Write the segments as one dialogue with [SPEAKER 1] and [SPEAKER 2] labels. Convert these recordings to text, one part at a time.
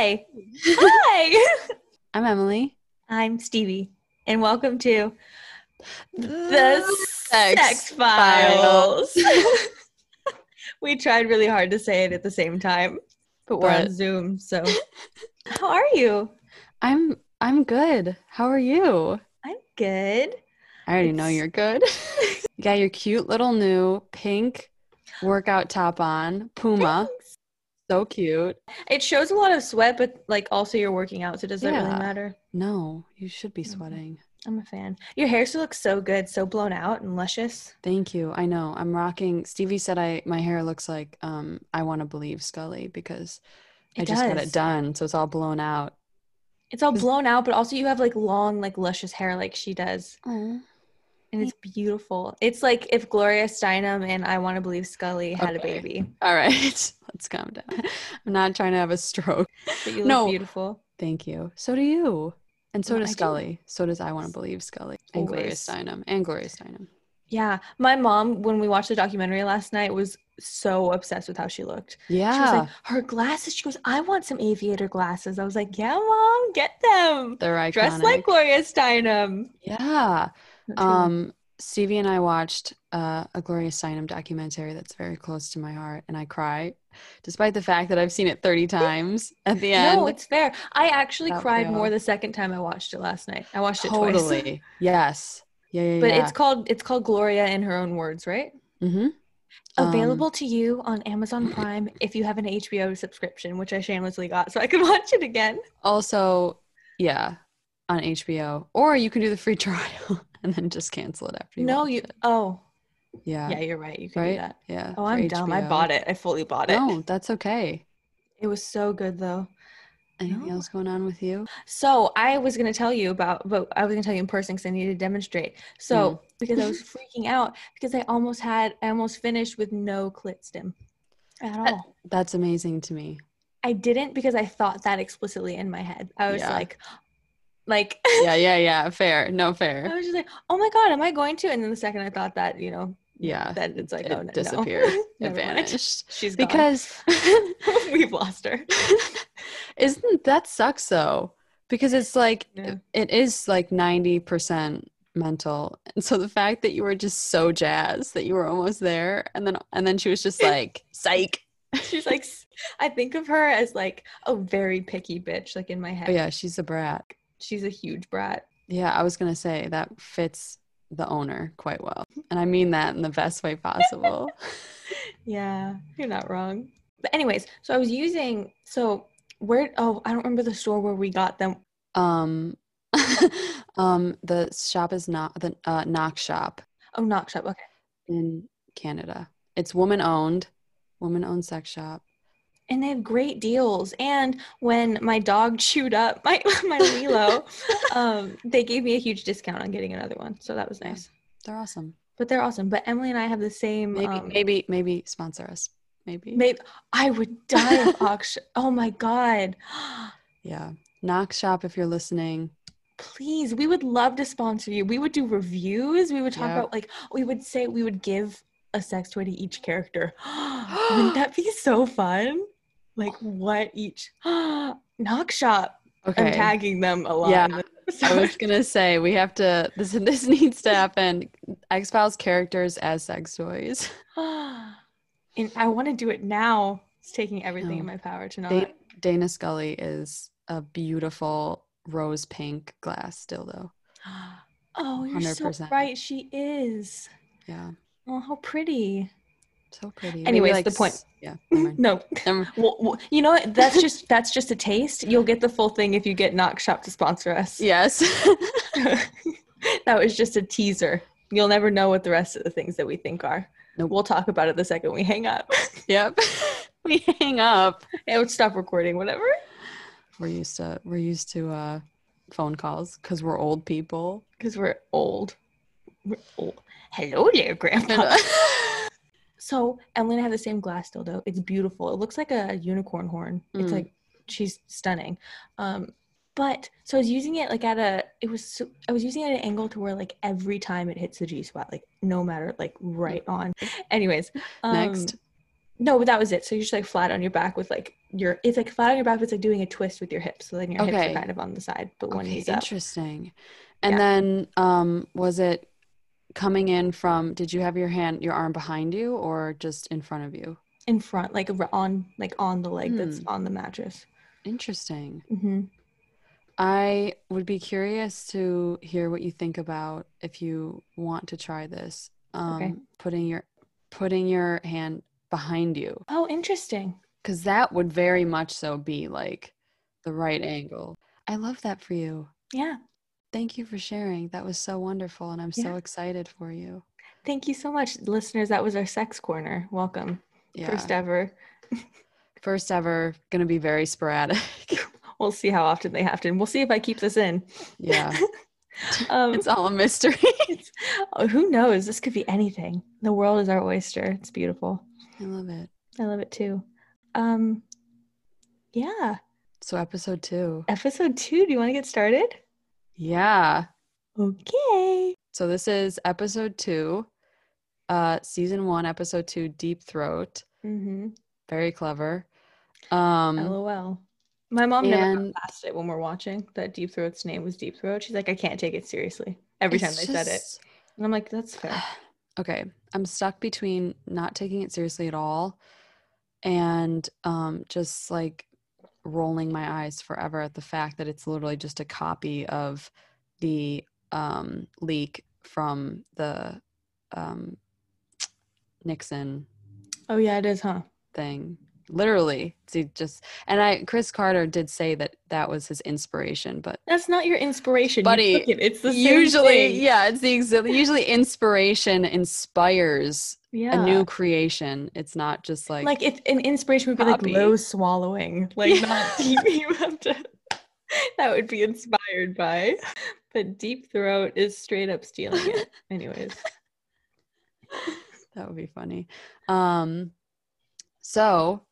[SPEAKER 1] Yay!
[SPEAKER 2] I'm Emily.
[SPEAKER 1] I'm Stevie, and welcome to the
[SPEAKER 2] The
[SPEAKER 1] Sex, Files. we tried really hard to say it at the same time, but we're on
[SPEAKER 2] But-
[SPEAKER 1] Zoom, so. How are you?
[SPEAKER 2] I'm I'm good. How are you?
[SPEAKER 1] I'm good.
[SPEAKER 2] I already know
[SPEAKER 1] It's-
[SPEAKER 2] you're good. you got your cute little new pink workout top on, Puma. So cute.
[SPEAKER 1] It shows a lot of sweat, but like also you're working out, so does that really
[SPEAKER 2] Yeah.
[SPEAKER 1] matter?
[SPEAKER 2] No, you should be
[SPEAKER 1] Mhm.
[SPEAKER 2] sweating.
[SPEAKER 1] I'm a fan. Your hair still looks so good, so blown out and luscious.
[SPEAKER 2] Thank you. I know. I'm rocking. Stevie said I my hair looks like um I want to believe Scully because
[SPEAKER 1] It
[SPEAKER 2] I just got
[SPEAKER 1] does.
[SPEAKER 2] it done, so it's all blown out.
[SPEAKER 1] It's all blown out, but also you have like long, like luscious hair, like she does. And it's beautiful. It's like if Gloria Steinem and I Want to Believe Scully had
[SPEAKER 2] Okay.
[SPEAKER 1] a baby.
[SPEAKER 2] All right. Let's calm down. I'm not trying to have a stroke.
[SPEAKER 1] But you look
[SPEAKER 2] No.
[SPEAKER 1] beautiful.
[SPEAKER 2] Thank you. So do you. And so
[SPEAKER 1] No, I
[SPEAKER 2] does
[SPEAKER 1] do.
[SPEAKER 2] Scully. So does I Want to Believe Scully. And Gloria
[SPEAKER 1] Always.
[SPEAKER 2] Steinem. And Gloria Steinem.
[SPEAKER 1] Yeah. My mom, when we watched the documentary last night, was so obsessed with how she looked. She was
[SPEAKER 2] Yeah.
[SPEAKER 1] like, her glasses. She goes, I want some aviator glasses. I was like, yeah, mom, get them.
[SPEAKER 2] They're iconic.
[SPEAKER 1] Dress like Gloria Steinem.
[SPEAKER 2] Yeah.
[SPEAKER 1] Not true.
[SPEAKER 2] Um, Stevie and I watched uh, a Gloria Steinem documentary that's very close to my heart, and I cry, despite the fact that I've seen it 30 times at the end.
[SPEAKER 1] no, it's fair. I actually
[SPEAKER 2] That
[SPEAKER 1] cried
[SPEAKER 2] real.
[SPEAKER 1] more the second time I watched it last night. I watched it
[SPEAKER 2] totally.
[SPEAKER 1] twice.
[SPEAKER 2] Yes. Yeah, yeah,
[SPEAKER 1] But
[SPEAKER 2] yeah.
[SPEAKER 1] it's called it's called Gloria in her own words, right?
[SPEAKER 2] mm-hmm.
[SPEAKER 1] Available to you on Amazon Prime if you have an HBO subscription, which I shamelessly got, so I could watch it again.
[SPEAKER 2] Also, yeah, on HBO. Or you can do the free trial and then just cancel it after you
[SPEAKER 1] no,
[SPEAKER 2] watch
[SPEAKER 1] you.
[SPEAKER 2] it.
[SPEAKER 1] Oh,
[SPEAKER 2] Yeah.
[SPEAKER 1] yeah, you're right. You can
[SPEAKER 2] right?
[SPEAKER 1] do that.
[SPEAKER 2] Yeah.
[SPEAKER 1] Oh,
[SPEAKER 2] for
[SPEAKER 1] I'm dumb. I
[SPEAKER 2] HBO.
[SPEAKER 1] bought it. I fully bought it.
[SPEAKER 2] No, that's okay.
[SPEAKER 1] It was so good though.
[SPEAKER 2] Anything
[SPEAKER 1] No.
[SPEAKER 2] else going on with you?
[SPEAKER 1] So I was gonna tell you about, but I was gonna tell you in person because I needed to demonstrate. So
[SPEAKER 2] Hmm.
[SPEAKER 1] because I was freaking out because I almost had, I almost finished with no clit stim at all.
[SPEAKER 2] That's amazing to me.
[SPEAKER 1] I didn't because I thought that explicitly in my head. I was
[SPEAKER 2] Yeah.
[SPEAKER 1] like, like
[SPEAKER 2] Yeah, yeah, yeah. Fair. No,
[SPEAKER 1] I
[SPEAKER 2] fair.
[SPEAKER 1] was just like, oh my god, am I going to? And then the second I thought that, you know,
[SPEAKER 2] Yeah.
[SPEAKER 1] then it's like,
[SPEAKER 2] it
[SPEAKER 1] oh no, no.
[SPEAKER 2] disappeared. It
[SPEAKER 1] Never mind.
[SPEAKER 2] vanished.
[SPEAKER 1] She's gone.
[SPEAKER 2] Because
[SPEAKER 1] we've lost her.
[SPEAKER 2] isn't that sucks though? Because it's like
[SPEAKER 1] Yeah.
[SPEAKER 2] it is like ninety percent mental. And so the fact that you were just so jazzed that you were almost there and then and then she was just like, psych.
[SPEAKER 1] She's like, s- I think of her as like a very picky bitch, like in my head.
[SPEAKER 2] But Oh, yeah, she's a brat.
[SPEAKER 1] She's a huge brat.
[SPEAKER 2] Yeah, I was gonna say that fits the owner quite well. And I mean that in the best way possible.
[SPEAKER 1] Yeah, you're not wrong. But anyways, so I was using so where oh I don't remember the store where we got them.
[SPEAKER 2] um um the shop is not the uh knock shop
[SPEAKER 1] Oh, Knock Shop. Okay,
[SPEAKER 2] in Canada. It's woman owned, woman owned sex shop.
[SPEAKER 1] and they have great deals. And when my dog chewed up my my Lilo, um, they gave me a huge discount on getting another one, so that was
[SPEAKER 2] Yeah.
[SPEAKER 1] nice.
[SPEAKER 2] They're awesome.
[SPEAKER 1] But they're awesome. But Emily and I have the same.
[SPEAKER 2] Maybe
[SPEAKER 1] um,
[SPEAKER 2] maybe maybe sponsor us. Maybe.
[SPEAKER 1] Maybe I would die of auction. Oh my god!
[SPEAKER 2] Yeah. Knock shop if you're listening.
[SPEAKER 1] Please, we would love to sponsor you. We would do reviews. We would talk
[SPEAKER 2] Yeah.
[SPEAKER 1] about like we would say we would give a sex toy to each character. Wouldn't that be so fun? Like what each knock shop.
[SPEAKER 2] Okay.
[SPEAKER 1] I'm tagging them a lot.
[SPEAKER 2] Yeah.
[SPEAKER 1] in this
[SPEAKER 2] I was
[SPEAKER 1] episode.
[SPEAKER 2] gonna say we have to this this needs to happen. X Files characters as sex toys.
[SPEAKER 1] and I want to do it now. It's taking everything in
[SPEAKER 2] No.
[SPEAKER 1] my power to not.
[SPEAKER 2] Da- Dana Scully is a beautiful rose pink glass dildo.
[SPEAKER 1] Oh, you're so
[SPEAKER 2] 100%.
[SPEAKER 1] right. She is.
[SPEAKER 2] Yeah,
[SPEAKER 1] Oh, how pretty.
[SPEAKER 2] so pretty. Maybe,
[SPEAKER 1] Anyways, the point.
[SPEAKER 2] s- Yeah. never mind.
[SPEAKER 1] No,
[SPEAKER 2] Never-
[SPEAKER 1] Well, well, you know what? That's just that's just a taste. You'll get the full thing if you get Knock Shop to sponsor us.
[SPEAKER 2] yes.
[SPEAKER 1] that was just a teaser. You'll never know what the rest of the things that we think are.
[SPEAKER 2] Nope.
[SPEAKER 1] We'll talk about it the second we hang up.
[SPEAKER 2] yep. we hang up.
[SPEAKER 1] it would stop recording, whatever.
[SPEAKER 2] We're used to we're used to uh, phone calls because we're old people.
[SPEAKER 1] Because we're old. We're old. Hello there, Grandpa. so Emily and I have the same glass dildo. It's beautiful. It looks like a unicorn horn. It's
[SPEAKER 2] Mm.
[SPEAKER 1] like she's stunning. Um, but so I was using it like at a. It was so, I was using it at an angle to where like every time it hits the G spot, like no matter like right on. Anyways, um,
[SPEAKER 2] Hmm. Next.
[SPEAKER 1] No, but that was it. So you're just like flat on your back with like your it's like flat on your back, but it's like doing a twist with your hips. So then your hips
[SPEAKER 2] Okay.
[SPEAKER 1] are kind of on the side, but one
[SPEAKER 2] Okay,
[SPEAKER 1] knee's up.
[SPEAKER 2] interesting. And
[SPEAKER 1] Yeah.
[SPEAKER 2] then um was it coming in from did you have your hand your arm behind you or just in front of you?
[SPEAKER 1] in front, like r- on like on the leg
[SPEAKER 2] Hmm.
[SPEAKER 1] that's on the mattress.
[SPEAKER 2] Interesting.
[SPEAKER 1] hmm
[SPEAKER 2] I would be curious to hear what you think about if you want to try this. Um
[SPEAKER 1] Okay.
[SPEAKER 2] putting your putting your hand behind you
[SPEAKER 1] Oh, interesting.
[SPEAKER 2] cuz that would very much so be like the right angle. I love that for you.
[SPEAKER 1] Yeah.
[SPEAKER 2] Thank you for sharing. That was so wonderful and I'm so
[SPEAKER 1] Yeah.
[SPEAKER 2] excited for you.
[SPEAKER 1] Thank you so much, listeners. That was our sex corner. Welcome,
[SPEAKER 2] Yeah.
[SPEAKER 1] first e-, ever.
[SPEAKER 2] First ever, gonna be very sporadic.
[SPEAKER 1] We'll see how often they have to. And we'll see if I keep this in.
[SPEAKER 2] yeah,
[SPEAKER 1] Um,
[SPEAKER 2] it's all a mystery.
[SPEAKER 1] oh, who knows? This could be anything. The world is our oyster. It's beautiful.
[SPEAKER 2] I love it.
[SPEAKER 1] I love it too. Um, yeah.
[SPEAKER 2] So, episode two.
[SPEAKER 1] Episode two. Do you want to get started?
[SPEAKER 2] Yeah.
[SPEAKER 1] Okay.
[SPEAKER 2] So, this is episode two, uh, season one, episode two, Deep Throat.
[SPEAKER 1] Mm-hmm.
[SPEAKER 2] Very clever. Um,
[SPEAKER 1] LOL. My mom never got
[SPEAKER 2] and
[SPEAKER 1] past it when we're watching that Deep Throat's name was Deep Throat. She's like, I can't take it seriously every time
[SPEAKER 2] it's
[SPEAKER 1] they said it.
[SPEAKER 2] just-
[SPEAKER 1] And I'm like, that's fair.
[SPEAKER 2] okay, I'm stuck between not taking it seriously at all and um, just like rolling my eyes forever at the fact that it's literally just a copy of the um, leak from the um, Nixon
[SPEAKER 1] Oh yeah, it is, huh?
[SPEAKER 2] thing. Literally, see, just and I, Chris Carter did say that that was his inspiration, but
[SPEAKER 1] That's not your inspiration, you
[SPEAKER 2] Buddy,
[SPEAKER 1] took it. It's the same
[SPEAKER 2] usually,
[SPEAKER 1] thing.
[SPEAKER 2] yeah, it's the exa- usually inspiration inspires
[SPEAKER 1] yeah.
[SPEAKER 2] a new creation. It's not just like,
[SPEAKER 1] like if an inspiration would be
[SPEAKER 2] copy.
[SPEAKER 1] like low swallowing, like
[SPEAKER 2] Yeah.
[SPEAKER 1] not deep. You have to. That would be inspired by, but Deep Throat is straight up stealing it. Anyways,
[SPEAKER 2] that would be funny. Um, so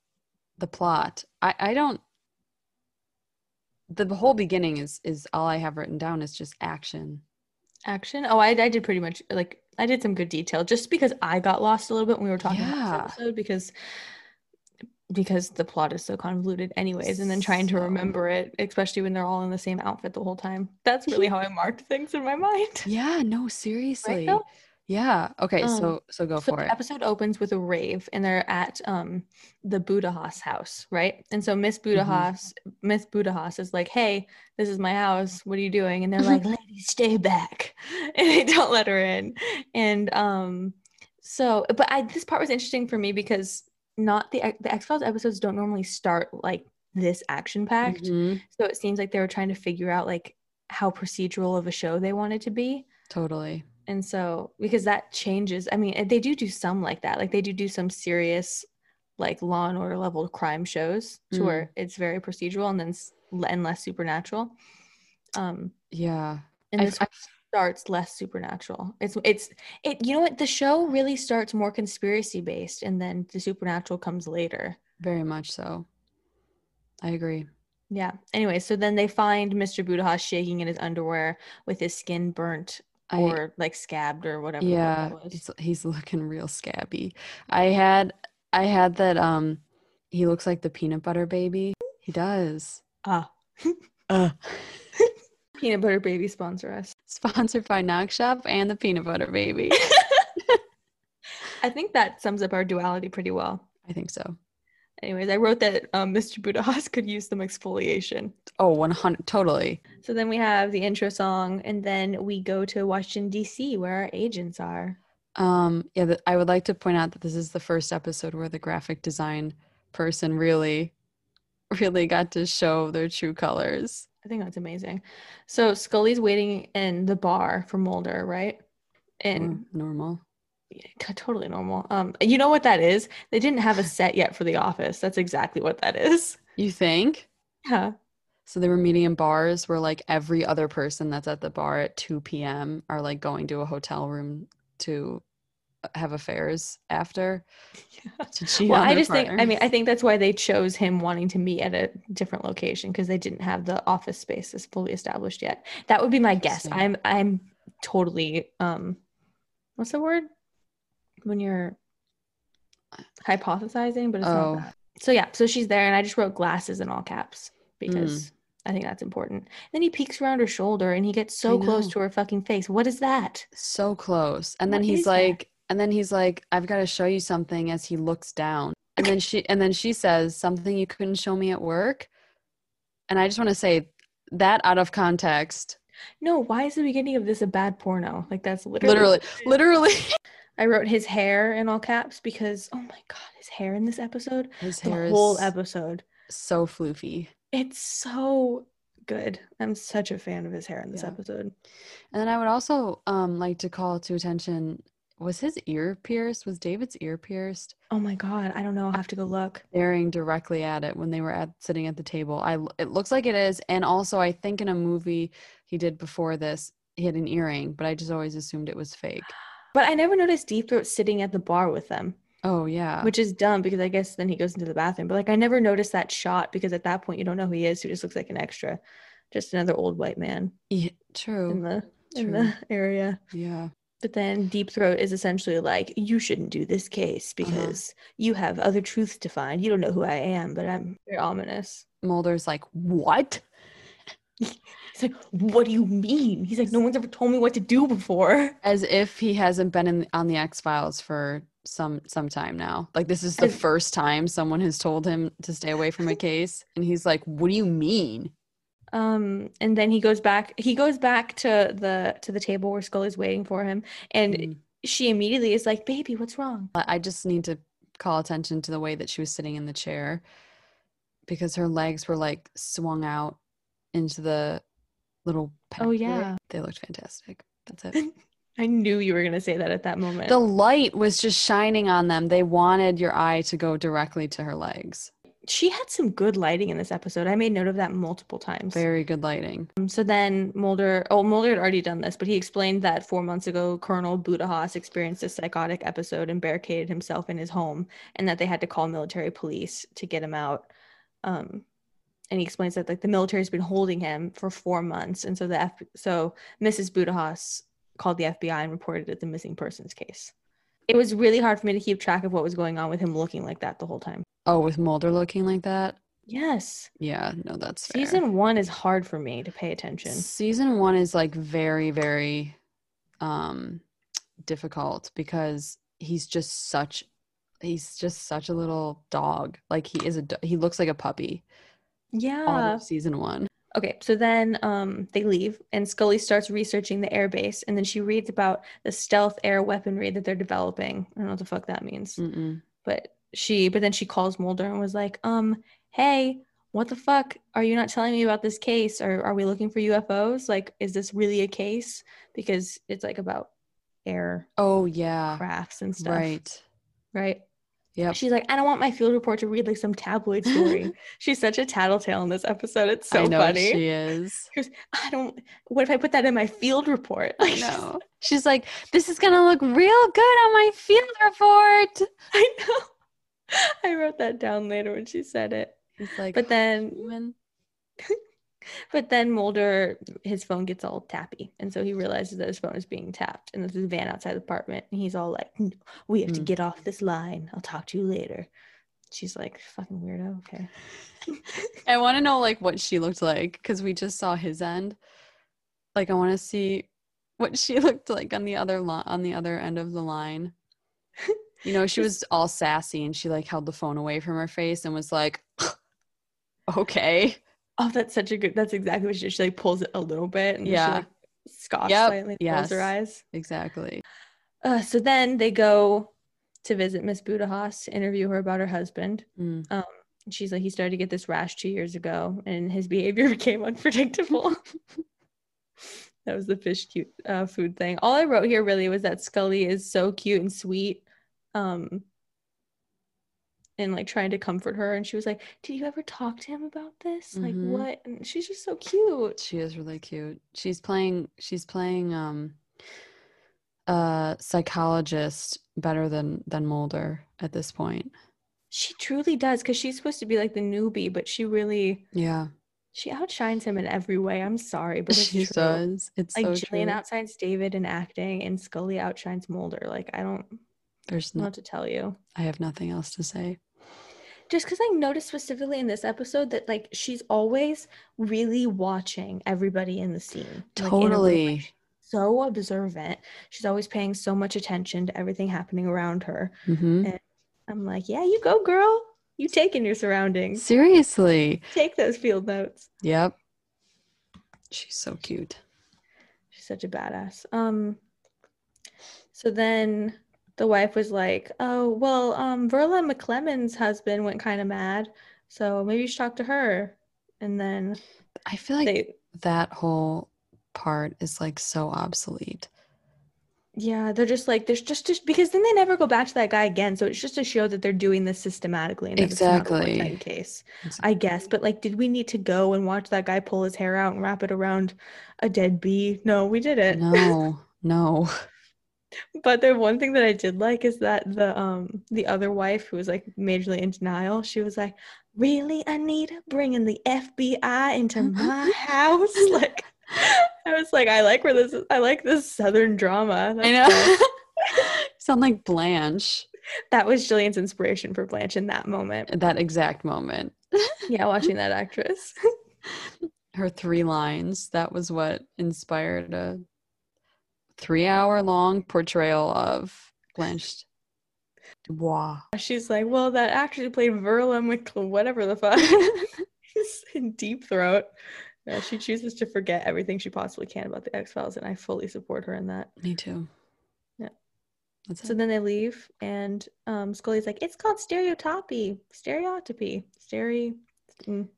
[SPEAKER 2] the plot, I, I don't. The whole beginning is is all I have written down is just action.
[SPEAKER 1] action. Oh, I, I did pretty much like I did some good detail just because I got lost a little bit when we were talking about
[SPEAKER 2] Yeah.
[SPEAKER 1] this episode because because the plot is so convoluted anyways and then trying to
[SPEAKER 2] So-
[SPEAKER 1] remember it especially when they're all in the same outfit the whole time that's really how i marked things in my mind
[SPEAKER 2] Yeah, no,
[SPEAKER 1] right
[SPEAKER 2] seriously.
[SPEAKER 1] though?
[SPEAKER 2] Yeah. Okay.
[SPEAKER 1] Um,
[SPEAKER 2] so so go
[SPEAKER 1] so
[SPEAKER 2] for
[SPEAKER 1] the
[SPEAKER 2] it.
[SPEAKER 1] episode opens with a rave and they're at um the Buddhahaus house, right? And so Miss
[SPEAKER 2] Mm-hmm.
[SPEAKER 1] Buddhahaus, Miss Buddhahaus is like, "Hey, this is my house. What are you doing?" And they're like,
[SPEAKER 2] Mm-hmm.
[SPEAKER 1] "Ladies, stay back." And they don't let her in. And um so but I this part was interesting for me because not the the X-Files episodes don't normally start like this action packed.
[SPEAKER 2] Mhm,
[SPEAKER 1] So it seems like they were trying to figure out like how procedural of a show they wanted to be
[SPEAKER 2] Totally.
[SPEAKER 1] and so because that changes i mean and they do do some like that like they do do some serious like law and order level crime shows to
[SPEAKER 2] Mm.
[SPEAKER 1] where it's very procedural and then s- le- and less supernatural um
[SPEAKER 2] Yeah.
[SPEAKER 1] and
[SPEAKER 2] I-
[SPEAKER 1] this
[SPEAKER 2] I-
[SPEAKER 1] starts less supernatural it's it's it you know what the show really starts more conspiracy based and then the supernatural comes later
[SPEAKER 2] very much so. I agree.
[SPEAKER 1] yeah anyway so then they find mr buddha shaking in his underwear with his skin burnt
[SPEAKER 2] I
[SPEAKER 1] or like scabbed or whatever the fuck
[SPEAKER 2] yeah,
[SPEAKER 1] that was.
[SPEAKER 2] he's he's looking real scabby. I had I had that um he looks like the peanut butter baby. He does.
[SPEAKER 1] ah
[SPEAKER 2] Uh
[SPEAKER 1] peanut butter baby sponsor us
[SPEAKER 2] sponsored by Knock Shop and the peanut butter baby.
[SPEAKER 1] I think that sums up our duality pretty well.
[SPEAKER 2] I think so.
[SPEAKER 1] Anyways, I wrote that um, Mr. Budahas could use some exfoliation.
[SPEAKER 2] Oh, 100 totally.
[SPEAKER 1] So then we have the intro song, and then we go to Washington, D.C., where our agents are.
[SPEAKER 2] Um, yeah, th- I would like to point out that this is the first episode where the graphic design person really, really got to show their true colors.
[SPEAKER 1] I think that's amazing. So Scully's waiting in the bar for Mulder, right?
[SPEAKER 2] Nor-
[SPEAKER 1] And
[SPEAKER 2] normal.
[SPEAKER 1] yeah, totally normal. Um, you know what that is? They didn't have a set yet for The Office. That's exactly what that is.
[SPEAKER 2] You think?
[SPEAKER 1] Yeah.
[SPEAKER 2] So they were meeting in bars where like every other person that's at the bar at 2 p.m. are like going to a hotel room to uh, have affairs after
[SPEAKER 1] yeah.
[SPEAKER 2] to cheat
[SPEAKER 1] Well,
[SPEAKER 2] on
[SPEAKER 1] I
[SPEAKER 2] their
[SPEAKER 1] just think, I mean, I
[SPEAKER 2] partners.
[SPEAKER 1] think that's why they chose him wanting to meet at a different location because they didn't have the office space as fully established yet. That would be my guess.
[SPEAKER 2] Interesting.
[SPEAKER 1] I'm, I'm totally, um, what's the word when you're hypothesizing, but it's
[SPEAKER 2] Oh.
[SPEAKER 1] not that. So yeah, so she's there, and I just wrote glasses in all caps because
[SPEAKER 2] Hmm.
[SPEAKER 1] I think that's important. then he peeks around her shoulder, and he gets so
[SPEAKER 2] I
[SPEAKER 1] close
[SPEAKER 2] know.
[SPEAKER 1] to her fucking face. What is that?
[SPEAKER 2] So close. And then
[SPEAKER 1] What is
[SPEAKER 2] he's
[SPEAKER 1] that?
[SPEAKER 2] like, and then he's like, I've got to show you something as he looks down. And then she and then she says something you couldn't show me at work. And I just want to say that out of context.
[SPEAKER 1] No, why is the beginning of this a bad porno? Like that's literally.
[SPEAKER 2] Literally, literally.
[SPEAKER 1] I wrote his hair in all caps because oh my god, his hair in this episode,
[SPEAKER 2] His
[SPEAKER 1] the
[SPEAKER 2] hair
[SPEAKER 1] whole
[SPEAKER 2] is
[SPEAKER 1] episode,
[SPEAKER 2] so floofy.
[SPEAKER 1] it's so good. I'm such a fan of his hair in this
[SPEAKER 2] Yeah.
[SPEAKER 1] episode.
[SPEAKER 2] And then I would also um like to call to attention was his ear pierced? Was David's ear pierced?
[SPEAKER 1] Oh my god, I don't know. I'll have to go look.
[SPEAKER 2] staring directly at it when they were at sitting at the table. I l- it looks like it is, and also I think in a movie he did before this, he had an earring, but I just always assumed it was fake.
[SPEAKER 1] But I never noticed Deep Throat sitting at the bar with them.
[SPEAKER 2] Oh yeah,
[SPEAKER 1] which is dumb because I guess then he goes into the bathroom. But like, I never noticed that shot because at that point you don't know who he is. Who just looks like an extra, just another old white man
[SPEAKER 2] yeah,
[SPEAKER 1] in
[SPEAKER 2] true.
[SPEAKER 1] the in
[SPEAKER 2] True.
[SPEAKER 1] the area.
[SPEAKER 2] Yeah,
[SPEAKER 1] But then Deep Throat is essentially like, you shouldn't do this case because you have other truths to find. You don't know who I am, but I'm very ominous.
[SPEAKER 2] Mulder's like what?
[SPEAKER 1] He's like, what do you mean? He's like, no one's ever told me what to do before.
[SPEAKER 2] As if he hasn't been in, on the X Files for some some time now. Like this is the
[SPEAKER 1] As-
[SPEAKER 2] first time someone has told him to stay away from a case, and he's like, "What do you mean?"
[SPEAKER 1] Um, and then he goes back. He goes back to the to the table where Scully's waiting for him, and
[SPEAKER 2] Mm.
[SPEAKER 1] she immediately is like, "Baby, what's wrong?"
[SPEAKER 2] I I just need to call attention to the way that she was sitting in the chair because her legs were like swung out into the little
[SPEAKER 1] Oh,
[SPEAKER 2] pack there.
[SPEAKER 1] yeah.
[SPEAKER 2] They looked fantastic. That's it.
[SPEAKER 1] I knew you were gonna say that at that moment.
[SPEAKER 2] the light was just shining on them. They wanted your eye to go directly to her legs.
[SPEAKER 1] she had some good lighting in this episode. I made note of that multiple times.
[SPEAKER 2] Very good lighting.
[SPEAKER 1] Um, so then Mulder, oh Mulder had already done this, but he explained that four months ago, Colonel Budahas experienced a psychotic episode and barricaded himself in his home, and that they had to call military police to get him out. Um, and he explains that like the military has been holding him for four months, and so the F- so Mrs. Budahas called the FBI and reported it the missing persons case. It was really hard for me to keep track of what was going on with him looking like that the whole time.
[SPEAKER 2] Oh, with Mulder looking like that?
[SPEAKER 1] Yes.
[SPEAKER 2] Yeah, no, that's fair.
[SPEAKER 1] Season one is hard for me to pay attention.
[SPEAKER 2] Season one is like very, very um difficult because he's just such he's just such a little dog. Like he is a do- he looks like a puppy. All
[SPEAKER 1] Yeah.
[SPEAKER 2] of season one.
[SPEAKER 1] Okay. So then um, they leave, and Scully starts researching the airbase, and then she reads about the stealth air weaponry that they're developing. I don't know what the fuck that means,
[SPEAKER 2] Mm-mm.
[SPEAKER 1] but she. But then she calls Mulder and was like, "Um, hey, what the fuck? Are you not telling me about this case? Or are we looking for UFOs? Like, is this really a case? Because it's like about air
[SPEAKER 2] Oh yeah,
[SPEAKER 1] crafts and stuff,
[SPEAKER 2] right.
[SPEAKER 1] Right."
[SPEAKER 2] Yep.
[SPEAKER 1] She's like, I don't want my field report to read like some tabloid story. She's such a tattletale in this episode. It's so
[SPEAKER 2] I know
[SPEAKER 1] funny.
[SPEAKER 2] she is.
[SPEAKER 1] She goes, I don't. What if I put that in my field report? Like,
[SPEAKER 2] I know. She's like, this is gonna look real good on my field report.
[SPEAKER 1] I know. I wrote that down later when she said it.
[SPEAKER 2] He's like, oh.
[SPEAKER 1] But then,
[SPEAKER 2] human.
[SPEAKER 1] but then Mulder, his phone gets all tappy, and so he realizes that his phone is being tapped, and there's a van outside the apartment, and he's all like, "No, "We have to
[SPEAKER 2] Mm.
[SPEAKER 1] get off this line. I'll talk to you later." She's like, "Fucking weirdo." Okay.
[SPEAKER 2] I want to know like what she looked like because we just saw his end. Like I want to see what she looked like on the other li- on the other end of the line. You know, she was all sassy and she like held the phone away from her face and was like, "Okay,
[SPEAKER 1] Oh, that's such a good. That's exactly what she did. She like pulls it a little bit, and then
[SPEAKER 2] Yeah.
[SPEAKER 1] she like scoffs
[SPEAKER 2] Yep.
[SPEAKER 1] slightly, and rolls her
[SPEAKER 2] Yes.
[SPEAKER 1] eyes.
[SPEAKER 2] exactly."
[SPEAKER 1] Uh, so then they go to visit Miss Budahas to interview her about her husband.
[SPEAKER 2] Mm.
[SPEAKER 1] Um, and she's like, he started to get this rash two years ago, and his behavior became unpredictable. that was the fish cute uh, food thing. All I wrote here really was that Scully is so cute and sweet, um, and like trying to comfort her. And she was like, "Did you ever talk to him about this? Like,
[SPEAKER 2] Mhm.
[SPEAKER 1] what?" And she's just so cute.
[SPEAKER 2] She is really cute. She's playing. She's playing um, a psychologist better than than Mulder at this point.
[SPEAKER 1] She truly does, because she's supposed to be like the newbie, but she really
[SPEAKER 2] Yeah,
[SPEAKER 1] She outshines him in every way. I'm sorry, but it's
[SPEAKER 2] she
[SPEAKER 1] true.
[SPEAKER 2] does. It's
[SPEAKER 1] Like
[SPEAKER 2] so
[SPEAKER 1] Jillian
[SPEAKER 2] true. Mm.
[SPEAKER 1] outshines David in acting, and Scully outshines Mulder. Like I don't. I
[SPEAKER 2] There's
[SPEAKER 1] don't know
[SPEAKER 2] no,
[SPEAKER 1] what to tell you.
[SPEAKER 2] I have nothing else to say.
[SPEAKER 1] Just because I noticed specifically in this episode that like she's always really watching everybody in the scene. like, in a room.
[SPEAKER 2] Totally.
[SPEAKER 1] so observant. She's always paying so much attention to everything happening around her.
[SPEAKER 2] hmm
[SPEAKER 1] I'm like, yeah, you go, girl. You take in your surroundings.
[SPEAKER 2] Seriously.
[SPEAKER 1] Take those field notes.
[SPEAKER 2] Yep. She's so cute.
[SPEAKER 1] She's such a badass. Um so then the wife was like, Oh, well, um Verla McClemen's husband went kind of mad. So maybe you should talk to her. And then
[SPEAKER 2] I feel like
[SPEAKER 1] they
[SPEAKER 2] that whole part is like so obsolete.
[SPEAKER 1] yeah, they're just like there's just, just because then they never go back to that guy again. So it's just to show that they're doing this systematically and that it's not a
[SPEAKER 2] Exactly.
[SPEAKER 1] one-time case. I guess, but like, did we need to go and watch that guy pull his hair out and wrap it around a dead bee? No, we didn't.
[SPEAKER 2] no, no.
[SPEAKER 1] But the one thing that I did like is that the um the other wife who was like majorly in denial, she was like, "Really, Anita, bringing the FBI into my house?" Like, I was like, I like where this is. I like this southern drama.
[SPEAKER 2] I
[SPEAKER 1] That's
[SPEAKER 2] know.
[SPEAKER 1] fun.
[SPEAKER 2] Sound like Blanche
[SPEAKER 1] that was Jillian's inspiration for Blanche in that moment.
[SPEAKER 2] at that exact moment.
[SPEAKER 1] Yeah, watching that actress.
[SPEAKER 2] Her three lines, that was what inspired a three hour long portrayal of Blanche Dubois.
[SPEAKER 1] She's like, well, that actress who played Verla Mc- whatever the fuck, is in Deep Throat. Yeah, she chooses to forget everything she possibly can about the X Files, and I fully support her in that.
[SPEAKER 2] Me too.
[SPEAKER 1] Yeah.
[SPEAKER 2] That's
[SPEAKER 1] So
[SPEAKER 2] it.
[SPEAKER 1] then they leave, and um, Scully's like, it's called stereotopy, stereotopy, stere, mm,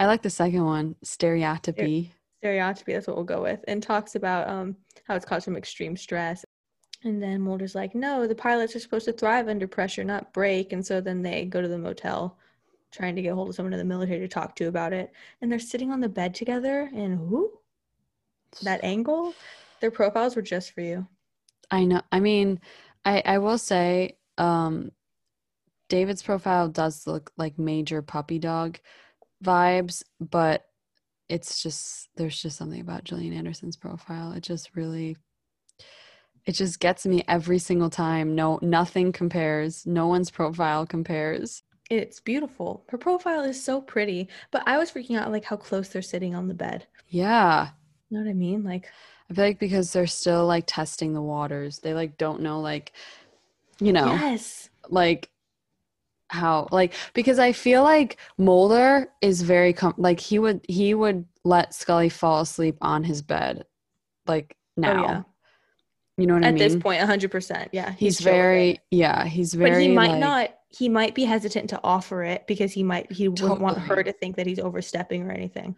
[SPEAKER 2] I like the second one, stereotopy.
[SPEAKER 1] stereotopy. That's what we'll go with. And talks about um, how it's caused from extreme stress. And then Mulder's like, no, the pilots are supposed to thrive under pressure, not break. And so then they go to the motel, trying to get hold of someone in the military to talk to about it. And they're sitting on the bed together, and whoo, that angle, their profiles were just for you.
[SPEAKER 2] I know. I mean, I I will say, um, David's profile does look like major puppy dog vibes, but it's just there's just something about Gillian Anderson's profile. It just really, it just gets me every single time. No, nothing compares. No one's profile compares.
[SPEAKER 1] It's beautiful. Her profile is so pretty, but I was freaking out like how close they're sitting on the bed.
[SPEAKER 2] Yeah.
[SPEAKER 1] You know what I mean? Like,
[SPEAKER 2] I feel like because they're still like testing the waters. They like don't know like you know,
[SPEAKER 1] yes.
[SPEAKER 2] like how like because I feel like Mulder is very com- like he would he would let Scully fall asleep on his bed like now.
[SPEAKER 1] Oh, yeah.
[SPEAKER 2] You know what I
[SPEAKER 1] At
[SPEAKER 2] mean?
[SPEAKER 1] this point, 100%. Yeah.
[SPEAKER 2] he's,
[SPEAKER 1] chill with
[SPEAKER 2] very
[SPEAKER 1] it.
[SPEAKER 2] yeah, he's very
[SPEAKER 1] But he might
[SPEAKER 2] like-
[SPEAKER 1] not. He might be hesitant to offer it because he might. He wouldn't want her
[SPEAKER 2] Totally.
[SPEAKER 1] to think that he's overstepping or anything.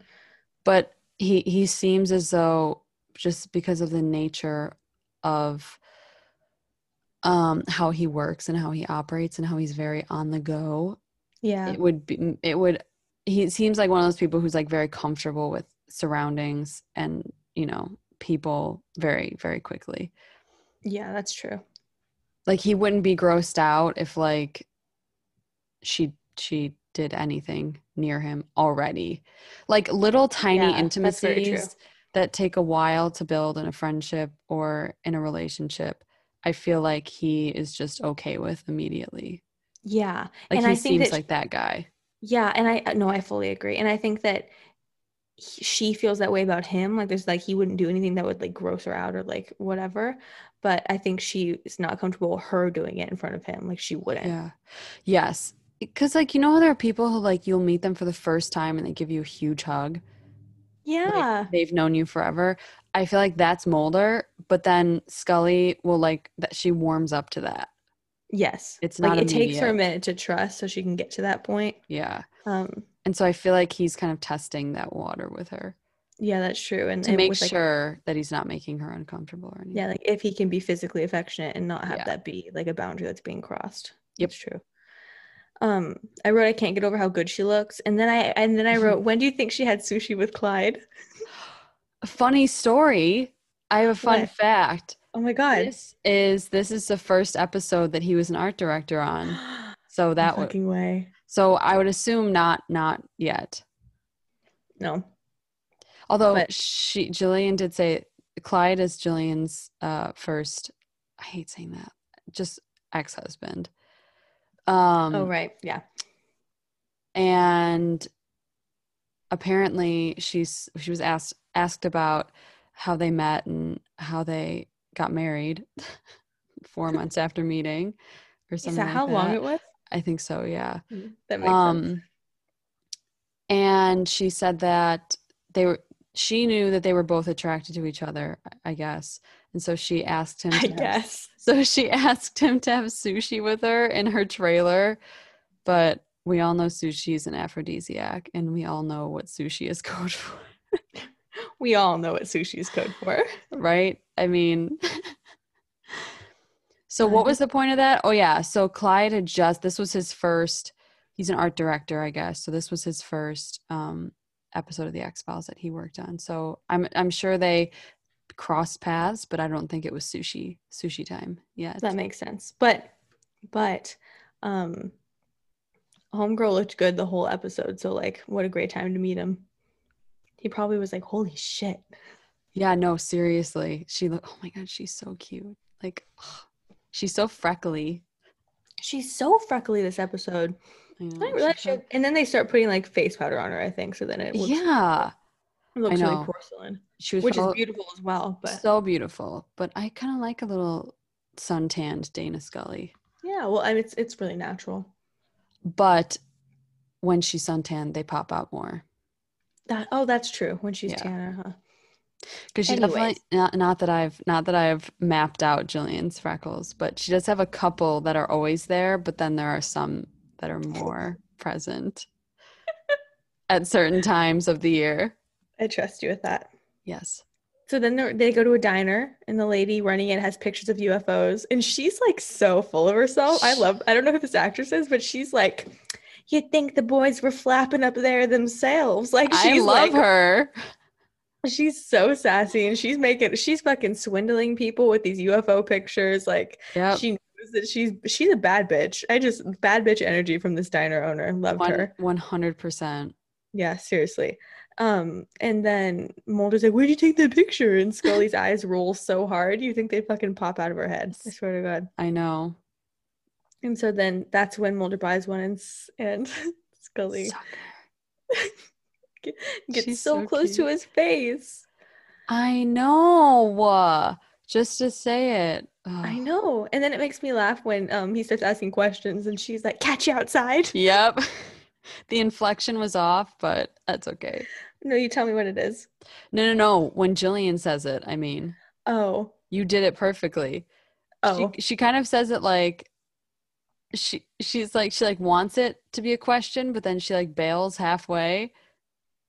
[SPEAKER 2] but he he seems as though just because of the nature of um how he works and how he operates and how he's very on the go
[SPEAKER 1] Yeah.
[SPEAKER 2] it would be it would he seems like one of those people who's like very comfortable with surroundings and you know people very very quickly
[SPEAKER 1] Yeah, that's true.
[SPEAKER 2] like he wouldn't be grossed out if like she she did anything near him already like little tiny
[SPEAKER 1] Yeah, that's very true.
[SPEAKER 2] intimacies that take a while to build in a friendship or in a relationship i feel like he is just okay with immediately
[SPEAKER 1] Yeah.
[SPEAKER 2] like
[SPEAKER 1] And
[SPEAKER 2] he
[SPEAKER 1] I think
[SPEAKER 2] seems
[SPEAKER 1] that-
[SPEAKER 2] like that guy
[SPEAKER 1] Yeah. And I no, I fully agree. And I think that he- she feels that way about him. Like there's like he wouldn't do anything that would like gross her out or like whatever. But I think she is not comfortable with her doing it in front of him. Like she wouldn't.
[SPEAKER 2] Yeah. Yes. Because, like, you know, how there are people who, like, you'll meet them for the first time and they give you a huge hug. Like,
[SPEAKER 1] Yeah.
[SPEAKER 2] they've known you forever. I feel like that's Mulder, but then Scully will, like, that she warms up to that.
[SPEAKER 1] Yes.
[SPEAKER 2] It's
[SPEAKER 1] like
[SPEAKER 2] not
[SPEAKER 1] it takes her a
[SPEAKER 2] immediate.
[SPEAKER 1] minute to trust so she can get to that point.
[SPEAKER 2] Yeah.
[SPEAKER 1] Um
[SPEAKER 2] And so I feel like he's kind of testing that water with her
[SPEAKER 1] yeah, that's true. And,
[SPEAKER 2] to
[SPEAKER 1] and
[SPEAKER 2] make
[SPEAKER 1] with, like,
[SPEAKER 2] sure that he's not making her uncomfortable or anything.
[SPEAKER 1] Yeah, like if he can be physically affectionate and not have
[SPEAKER 2] Yeah.
[SPEAKER 1] that be like a boundary that's being crossed.
[SPEAKER 2] Yep.
[SPEAKER 1] That's true. Um, I wrote I can't get over how good she looks. And then I and then I wrote, when do you think she had sushi with Clyde?
[SPEAKER 2] A Funny story. I have a fun
[SPEAKER 1] What?
[SPEAKER 2] fact.
[SPEAKER 1] Oh my god.
[SPEAKER 2] This is this is the first episode that he was an art director on. So
[SPEAKER 1] No
[SPEAKER 2] that was
[SPEAKER 1] fucking way.
[SPEAKER 2] So I would assume not not yet.
[SPEAKER 1] No.
[SPEAKER 2] Um, Although
[SPEAKER 1] But-
[SPEAKER 2] she Jillian did say Clyde is Jillian's uh first I hate saying that. just ex husband. Um,
[SPEAKER 1] oh right, yeah.
[SPEAKER 2] and apparently she's she was asked asked about how they met and how they got married four months after meeting or
[SPEAKER 1] Is
[SPEAKER 2] something
[SPEAKER 1] that
[SPEAKER 2] like
[SPEAKER 1] how long
[SPEAKER 2] that.
[SPEAKER 1] it was?
[SPEAKER 2] i think so yeah
[SPEAKER 1] That makes sense.
[SPEAKER 2] um and she said that they were she knew that they were both attracted to each other I- i guess and so she asked him
[SPEAKER 1] I
[SPEAKER 2] to have-
[SPEAKER 1] guess.
[SPEAKER 2] so she asked him to have sushi with her in her trailer, but we all know sushi is an aphrodisiac, and we all know what sushi is code for,
[SPEAKER 1] We all know what sushi is code for.
[SPEAKER 2] right? I mean, so what was the point of that? Oh, yeah. So Clyde had just, this was his first, he's an art director, I guess. So this was his first um, episode of The X Files that he worked on. So I'm, I'm sure they crossed paths, but I don't think it was sushi, sushi time yet.
[SPEAKER 1] That makes sense. But but um Homegirl looked good the whole episode, so like what a great time to meet him. He probably was like, Holy shit.
[SPEAKER 2] Yeah, no, seriously. She look oh my god, she's so cute. Like she's so freckly.
[SPEAKER 1] She's so freckly this episode.
[SPEAKER 2] I
[SPEAKER 1] I
[SPEAKER 2] know,
[SPEAKER 1] didn't
[SPEAKER 2] she's
[SPEAKER 1] realize she
[SPEAKER 2] so-
[SPEAKER 1] had- and then they start putting like face powder on her, I think, so then it looks,
[SPEAKER 2] yeah.
[SPEAKER 1] it looks
[SPEAKER 2] know.
[SPEAKER 1] really porcelain.
[SPEAKER 2] She was
[SPEAKER 1] Which is
[SPEAKER 2] all-
[SPEAKER 1] beautiful as well. But
[SPEAKER 2] so beautiful. But I kinda like a little suntanned Dana Scully.
[SPEAKER 1] yeah, well I mean, it's it's really natural.
[SPEAKER 2] But when she's suntanned, they pop out more.
[SPEAKER 1] That oh that's true when she's
[SPEAKER 2] Yeah.
[SPEAKER 1] tanner, huh?
[SPEAKER 2] Because she definitely
[SPEAKER 1] Anyways.
[SPEAKER 2] not, not that I've not that I've mapped out Jillian's freckles, but she does have a couple that are always there, but then there are some that are more present at certain times of the year.
[SPEAKER 1] I trust you with that.
[SPEAKER 2] Yes.
[SPEAKER 1] So then they're- they go to a diner, and the lady running it has pictures of UFOs, and she's like so full of herself. I love. I don't know who this actress is, but she's like, "You'd think the boys were flapping up there themselves." Like she's
[SPEAKER 2] I love
[SPEAKER 1] like-
[SPEAKER 2] her.
[SPEAKER 1] She's so sassy, and she's making. She's fucking swindling people with these UFO pictures. Like
[SPEAKER 2] Yep.
[SPEAKER 1] she knows that she's she's a bad bitch. I just bad bitch energy from this diner owner. Loved her.
[SPEAKER 2] One hundred percent.
[SPEAKER 1] Yeah, seriously. Um, and then Mulder's like, "Where'd you take that picture?" And Scully's eyes roll so hard, you think they fucking pop out of her head. I
[SPEAKER 2] Yes.
[SPEAKER 1] swear to God.
[SPEAKER 2] I know.
[SPEAKER 1] And so then that's when Mulder buys one, and s- and Scully
[SPEAKER 2] Sucker.
[SPEAKER 1] gets
[SPEAKER 2] She's
[SPEAKER 1] so,
[SPEAKER 2] so
[SPEAKER 1] close to
[SPEAKER 2] cute.
[SPEAKER 1] his face.
[SPEAKER 2] I know. Just to say it.
[SPEAKER 1] I
[SPEAKER 2] Ugh.
[SPEAKER 1] know. And then it makes me laugh when um he starts asking questions, and she's like, "Catch you outside."
[SPEAKER 2] Yep. the inflection was off, but that's okay.
[SPEAKER 1] No, you tell me what it is.
[SPEAKER 2] No, no, no. When Jillian says it, I mean,
[SPEAKER 1] Oh,
[SPEAKER 2] you did it perfectly.
[SPEAKER 1] oh,
[SPEAKER 2] She, she kind of says it like she she's like she like wants it to be a question, but then she like bails halfway.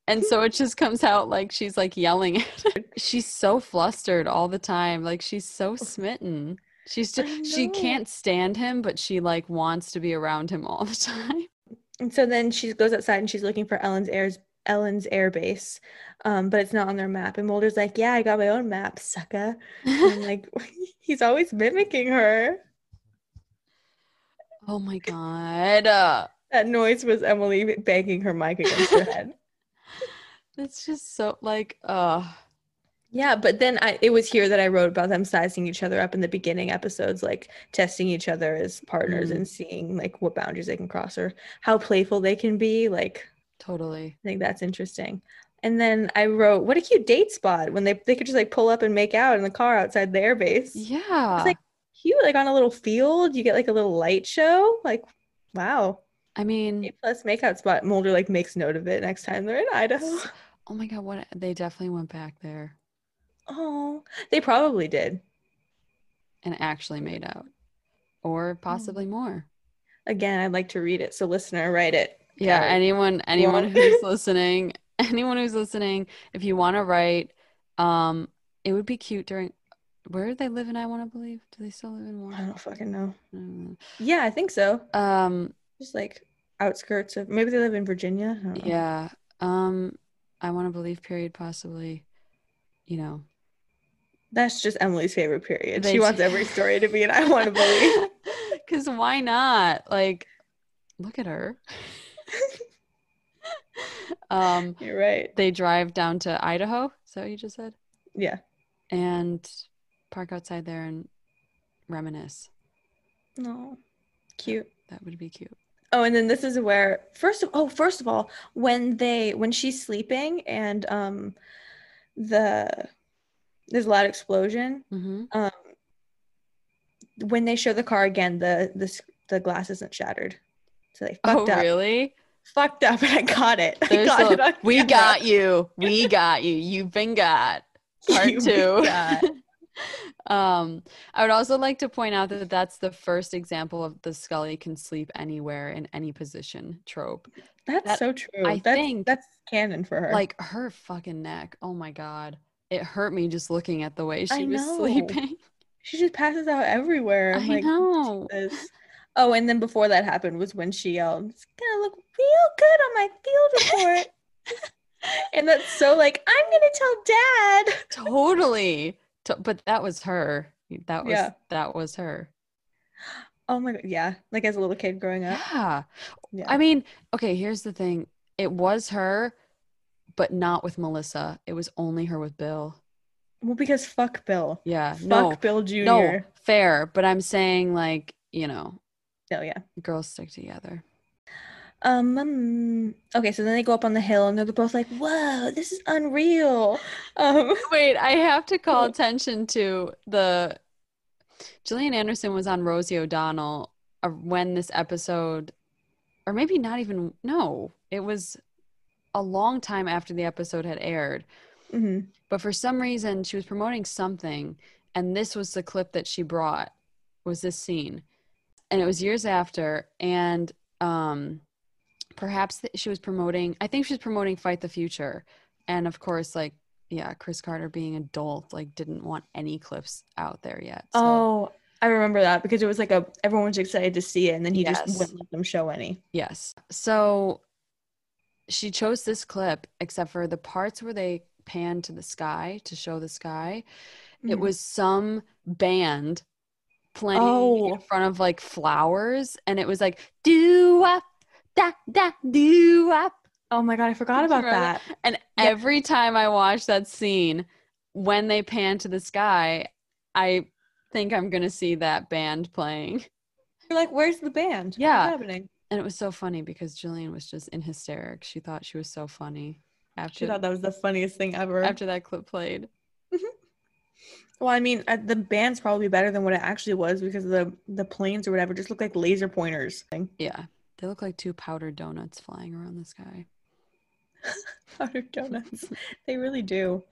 [SPEAKER 2] And so it just comes out like she's like yelling at her. She's so flustered all the time. Like she's so smitten. She's
[SPEAKER 1] Oh. I
[SPEAKER 2] just she
[SPEAKER 1] know.
[SPEAKER 2] can't stand him, but she like wants to be around him all the time.
[SPEAKER 1] And so then she goes outside and she's looking for Ellen's air's Ellen's air base, um, but it's not on their map. And Mulder's like, "Yeah, I got my own map, sucker." And I'm like, he's always mimicking her.
[SPEAKER 2] oh my god. Uh,
[SPEAKER 1] That noise was Emily banging her mic against her head.
[SPEAKER 2] that's just so like uh
[SPEAKER 1] Yeah, but then I, it was here that I wrote about them sizing each other up in the beginning episodes, like testing each other as partners
[SPEAKER 2] Mm.
[SPEAKER 1] and seeing like what boundaries they can cross or how playful they can be. Like
[SPEAKER 2] totally.
[SPEAKER 1] I think that's interesting. And then I wrote, what a cute date spot when they, they could just like pull up and make out in the car outside the airbase.
[SPEAKER 2] Yeah.
[SPEAKER 1] like- Cute, like on a little field, you get like a little light show. Like, wow.
[SPEAKER 2] I mean
[SPEAKER 1] A plus makeout spot. Mulder like makes note of it next time they're in Idaho.
[SPEAKER 2] S- Oh my god, what they definitely went back there
[SPEAKER 1] Oh, they probably did.
[SPEAKER 2] and actually made out. Or possibly
[SPEAKER 1] Hmm.
[SPEAKER 2] more.
[SPEAKER 1] Again, I'd like to read it. So listener, write it.
[SPEAKER 2] Yeah,
[SPEAKER 1] Carrie.
[SPEAKER 2] anyone anyone
[SPEAKER 1] Long-
[SPEAKER 2] who's listening, anyone who's listening, if you want to write, um, it would be cute during where do they live in I wanna believe? Do they still live in
[SPEAKER 1] I
[SPEAKER 2] Warren?
[SPEAKER 1] don't fucking know.
[SPEAKER 2] Mm.
[SPEAKER 1] Yeah, I think so.
[SPEAKER 2] Um
[SPEAKER 1] Just like outskirts of maybe they live in Virginia. I don't know.
[SPEAKER 2] yeah. Um I wanna believe period possibly, you know.
[SPEAKER 1] That's just Emily's favorite period.
[SPEAKER 2] They
[SPEAKER 1] she wants
[SPEAKER 2] do.
[SPEAKER 1] every story to be an I want to believe.
[SPEAKER 2] Because why not? Like, look at her. um,
[SPEAKER 1] You're right.
[SPEAKER 2] they drive down to Idaho. Is that what you just said?
[SPEAKER 1] Yeah.
[SPEAKER 2] And park outside there and reminisce.
[SPEAKER 1] No. Cute.
[SPEAKER 2] That would be cute.
[SPEAKER 1] Oh, and then this is where first of oh, first of all, when they when she's sleeping and um the there's a loud explosion.
[SPEAKER 2] Mm-hmm.
[SPEAKER 1] Um when they show the car again, the this the glass isn't shattered. So they
[SPEAKER 2] Oh,
[SPEAKER 1] fucked up.
[SPEAKER 2] really?
[SPEAKER 1] Fucked up and I got it. I
[SPEAKER 2] There's
[SPEAKER 1] got
[SPEAKER 2] the-
[SPEAKER 1] it on
[SPEAKER 2] we
[SPEAKER 1] camera.
[SPEAKER 2] got you. We got you. You've been got. Part
[SPEAKER 1] You
[SPEAKER 2] two.
[SPEAKER 1] got-
[SPEAKER 2] um, I would also like to point out that that's the first example of the Scully can sleep anywhere in any position trope.
[SPEAKER 1] That's
[SPEAKER 2] That-
[SPEAKER 1] so true.
[SPEAKER 2] I
[SPEAKER 1] that's
[SPEAKER 2] think-
[SPEAKER 1] that's canon for her.
[SPEAKER 2] Like her fucking neck. Oh my god, it hurt me just looking at the way she
[SPEAKER 1] I
[SPEAKER 2] was
[SPEAKER 1] know.
[SPEAKER 2] sleeping.
[SPEAKER 1] she just passes out everywhere. I'm
[SPEAKER 2] I
[SPEAKER 1] like,
[SPEAKER 2] know.
[SPEAKER 1] this. Oh, and then before that happened was when she yelled, "It's gonna look real good on my field report," and that's so like, I'm gonna tell dad.
[SPEAKER 2] totally. To- but that was her. That was
[SPEAKER 1] Yeah.
[SPEAKER 2] that was her.
[SPEAKER 1] Oh my god, yeah. Like as a little kid growing up,
[SPEAKER 2] Yeah.
[SPEAKER 1] yeah.
[SPEAKER 2] I mean, okay, here's the thing. It was her, but not with Melissa. It was only her with Bill.
[SPEAKER 1] well, because fuck Bill,
[SPEAKER 2] Yeah.
[SPEAKER 1] fuck
[SPEAKER 2] no.
[SPEAKER 1] Bill Jr.
[SPEAKER 2] No, fair. But I'm saying like, you know,
[SPEAKER 1] No, yeah.
[SPEAKER 2] girls stick together.
[SPEAKER 1] Um, um, okay, so then they go up on the hill and they're both like, "Whoa, this is unreal." Um,
[SPEAKER 2] Wait, I have to call
[SPEAKER 1] Cool.
[SPEAKER 2] attention to the Gillian Anderson was on Rosie O'Donnell uh, when this episode or maybe not even no, it was a long time after the episode had aired.
[SPEAKER 1] mhm.
[SPEAKER 2] but for some reason she was promoting something and this was the clip that she brought was this scene and it was years after and um perhaps th- she was promoting i think she was promoting fight the future and of course like yeah chris carter being adult like didn't want any clips out there yet so-
[SPEAKER 1] Oh, I remember that because it was like a everyone was excited to see it, and then he
[SPEAKER 2] Yes.
[SPEAKER 1] just wouldn't let them show any.
[SPEAKER 2] Yes. So she chose this clip, except for the parts where they pan to the sky to show the sky. It
[SPEAKER 1] Mhm.
[SPEAKER 2] was some band playing
[SPEAKER 1] Oh.
[SPEAKER 2] in front of like flowers, and it was like do up, da da do up.
[SPEAKER 1] Oh my god, I forgot
[SPEAKER 2] Did you
[SPEAKER 1] about
[SPEAKER 2] remember
[SPEAKER 1] that.
[SPEAKER 2] And
[SPEAKER 1] Yeah.
[SPEAKER 2] every time I watch that scene, when they pan to the sky, I think I'm gonna see that band playing.
[SPEAKER 1] You're like, where's the band? What's
[SPEAKER 2] Yeah.
[SPEAKER 1] happening?
[SPEAKER 2] And it was so funny because Jillian was just in hysterics. She thought she was so funny
[SPEAKER 1] She
[SPEAKER 2] after
[SPEAKER 1] thought that was the funniest thing ever.
[SPEAKER 2] after that clip played.
[SPEAKER 1] well, I mean, uh, the band's probably better than what it actually was because the the planes or whatever just look like laser pointers. Thing.
[SPEAKER 2] Yeah. They look like two powdered donuts flying around the sky.
[SPEAKER 1] Powder donuts. they really do.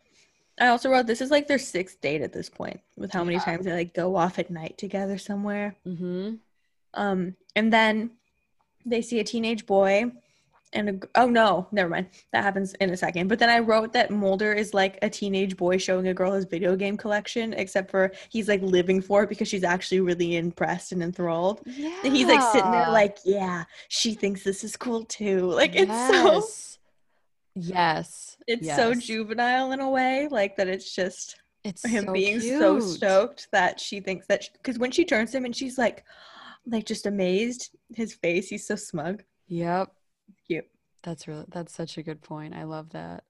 [SPEAKER 1] I also wrote this is like their sixth date at this point with how many
[SPEAKER 2] Yeah.
[SPEAKER 1] times they like go off at night together somewhere.
[SPEAKER 2] Mm-hmm.
[SPEAKER 1] Um, and then they see a teenage boy and a, g- oh no, never mind. That happens in a second. But then I wrote that Mulder is like a teenage boy showing a girl his video game collection, except for he's like living for it because she's actually really impressed and enthralled.
[SPEAKER 2] Yeah.
[SPEAKER 1] And he's like sitting there like, yeah, she thinks this is cool too. Like it's so
[SPEAKER 2] Yes. Yes.
[SPEAKER 1] it's so
[SPEAKER 2] yes.
[SPEAKER 1] juvenile in a way, like that it's just
[SPEAKER 2] It's
[SPEAKER 1] him
[SPEAKER 2] so
[SPEAKER 1] being so
[SPEAKER 2] cute.
[SPEAKER 1] stoked that she thinks that because when she turns to him and she's like like just amazed his face he's so smug
[SPEAKER 2] Yep.
[SPEAKER 1] Cute.
[SPEAKER 2] That's really that's such a good point. I love that.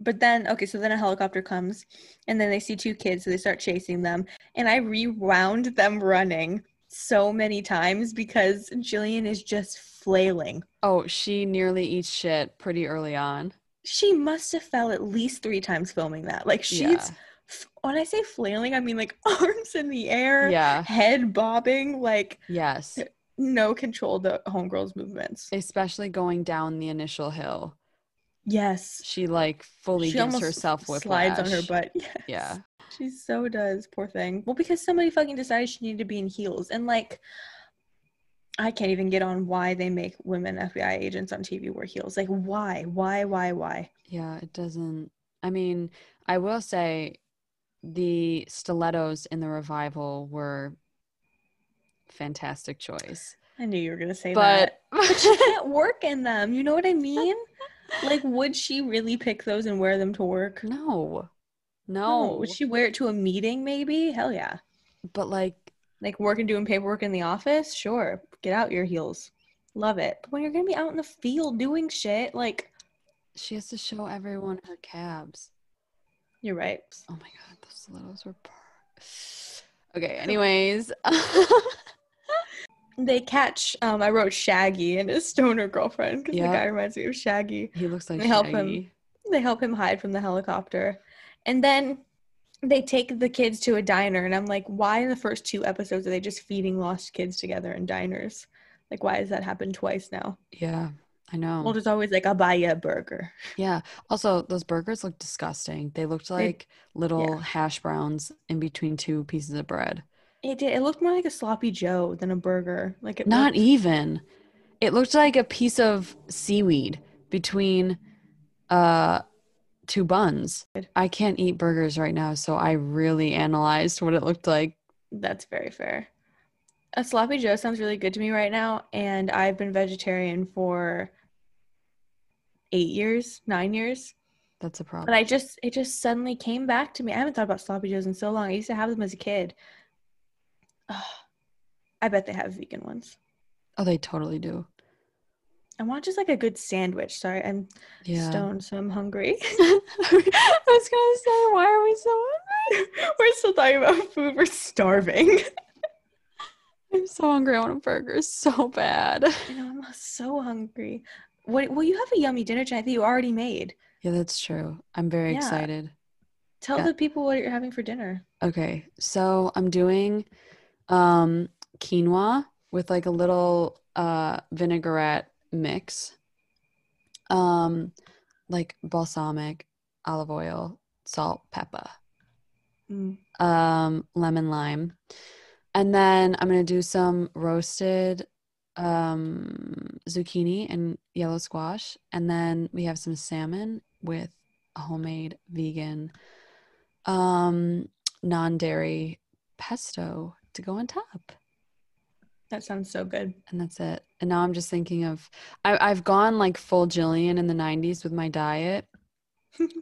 [SPEAKER 1] but then okay so then a helicopter comes and then they see two kids so they start chasing them and i rewound them running so many times because jillian is just flailing
[SPEAKER 2] Oh, she nearly eats shit pretty early on.
[SPEAKER 1] she must have fell at least three times filming that like she's
[SPEAKER 2] yeah.
[SPEAKER 1] f- when i say flailing i mean like arms in the air
[SPEAKER 2] Yeah.
[SPEAKER 1] head bobbing like
[SPEAKER 2] Yes.
[SPEAKER 1] no control of the homegirls movements
[SPEAKER 2] Especially going down the initial hill.
[SPEAKER 1] Yes.
[SPEAKER 2] She like fully
[SPEAKER 1] She
[SPEAKER 2] gives
[SPEAKER 1] almost
[SPEAKER 2] herself whiplash.
[SPEAKER 1] slides on her butt. Yes.
[SPEAKER 2] Yeah.
[SPEAKER 1] She so does, poor thing. Well, because somebody fucking decided she needed to be in heels. And like I can't even get on why they make women FBI agents on TV wear heels. Like why? Why, why, why?
[SPEAKER 2] Yeah, it doesn't. I mean, I will say the stilettos in the revival were fantastic choice.
[SPEAKER 1] I knew you were gonna say
[SPEAKER 2] But
[SPEAKER 1] that. But she can't work in them. You know what I mean? Like, would she really pick those and wear them to work?
[SPEAKER 2] no. No.
[SPEAKER 1] Would she wear it to a meeting maybe? Hell yeah.
[SPEAKER 2] But like
[SPEAKER 1] like working doing paperwork in the office sure get out your heels love it but when you're gonna be out in the field doing shit like
[SPEAKER 2] she has to show everyone her calves.
[SPEAKER 1] you're right
[SPEAKER 2] Oh my god, those stilettos were per- Okay, anyways.
[SPEAKER 1] they catch. Um, I wrote Shaggy and his stoner girlfriend because
[SPEAKER 2] Yeah.
[SPEAKER 1] the guy reminds me of Shaggy.
[SPEAKER 2] He looks like
[SPEAKER 1] They help him.
[SPEAKER 2] Shaggy.
[SPEAKER 1] They help him hide from the helicopter, and then they take the kids to a diner. And I'm like, why in the first two episodes are they just feeding lost kids together in diners? Like, why has that happened twice now?
[SPEAKER 2] Yeah, I know.
[SPEAKER 1] Well, there's always like, I'll buy you a burger.
[SPEAKER 2] Yeah. Also, those burgers looked disgusting. They looked like little hash browns in between two pieces of bread.
[SPEAKER 1] It did. It looked more like a sloppy Joe than a burger. Like it
[SPEAKER 2] Not
[SPEAKER 1] looked-
[SPEAKER 2] even. It looked like a piece of seaweed between uh two buns. I can't eat burgers right now, so I really analyzed what it looked like.
[SPEAKER 1] That's very fair. A sloppy Joe sounds really good to me right now, and I've been vegetarian for eight years, nine years.
[SPEAKER 2] That's a problem.
[SPEAKER 1] But I just it just suddenly came back to me. I haven't thought about sloppy joes in so long. I used to have them as a kid. Ugh. I bet they have vegan ones.
[SPEAKER 2] oh, they totally do.
[SPEAKER 1] I want just like a good sandwich. Sorry, I'm
[SPEAKER 2] Yeah.
[SPEAKER 1] stoned, so I'm hungry.
[SPEAKER 2] I was gonna say, why are we so
[SPEAKER 1] We're still talking about food. We're starving.
[SPEAKER 2] I'm so hungry. I want a burger so bad.
[SPEAKER 1] I know I'm so hungry. What? Well, you have a yummy dinner tonight that you already made.
[SPEAKER 2] Yeah, that's true. I'm very
[SPEAKER 1] Yeah.
[SPEAKER 2] excited.
[SPEAKER 1] Tell
[SPEAKER 2] Yeah.
[SPEAKER 1] the people what you're having for dinner.
[SPEAKER 2] Okay, so I'm doing um quinoa with like a little uh vinaigrette mix. Um like balsamic, olive oil, salt, pepper,
[SPEAKER 1] Mm.
[SPEAKER 2] um lemon lime. And then I'm going to do some roasted um zucchini and yellow squash and then we have some salmon with a homemade vegan um non-dairy pesto to go on top
[SPEAKER 1] That sounds so good.
[SPEAKER 2] and that's it and now i'm just thinking of I, i've gone like full jillian in the 90s with my diet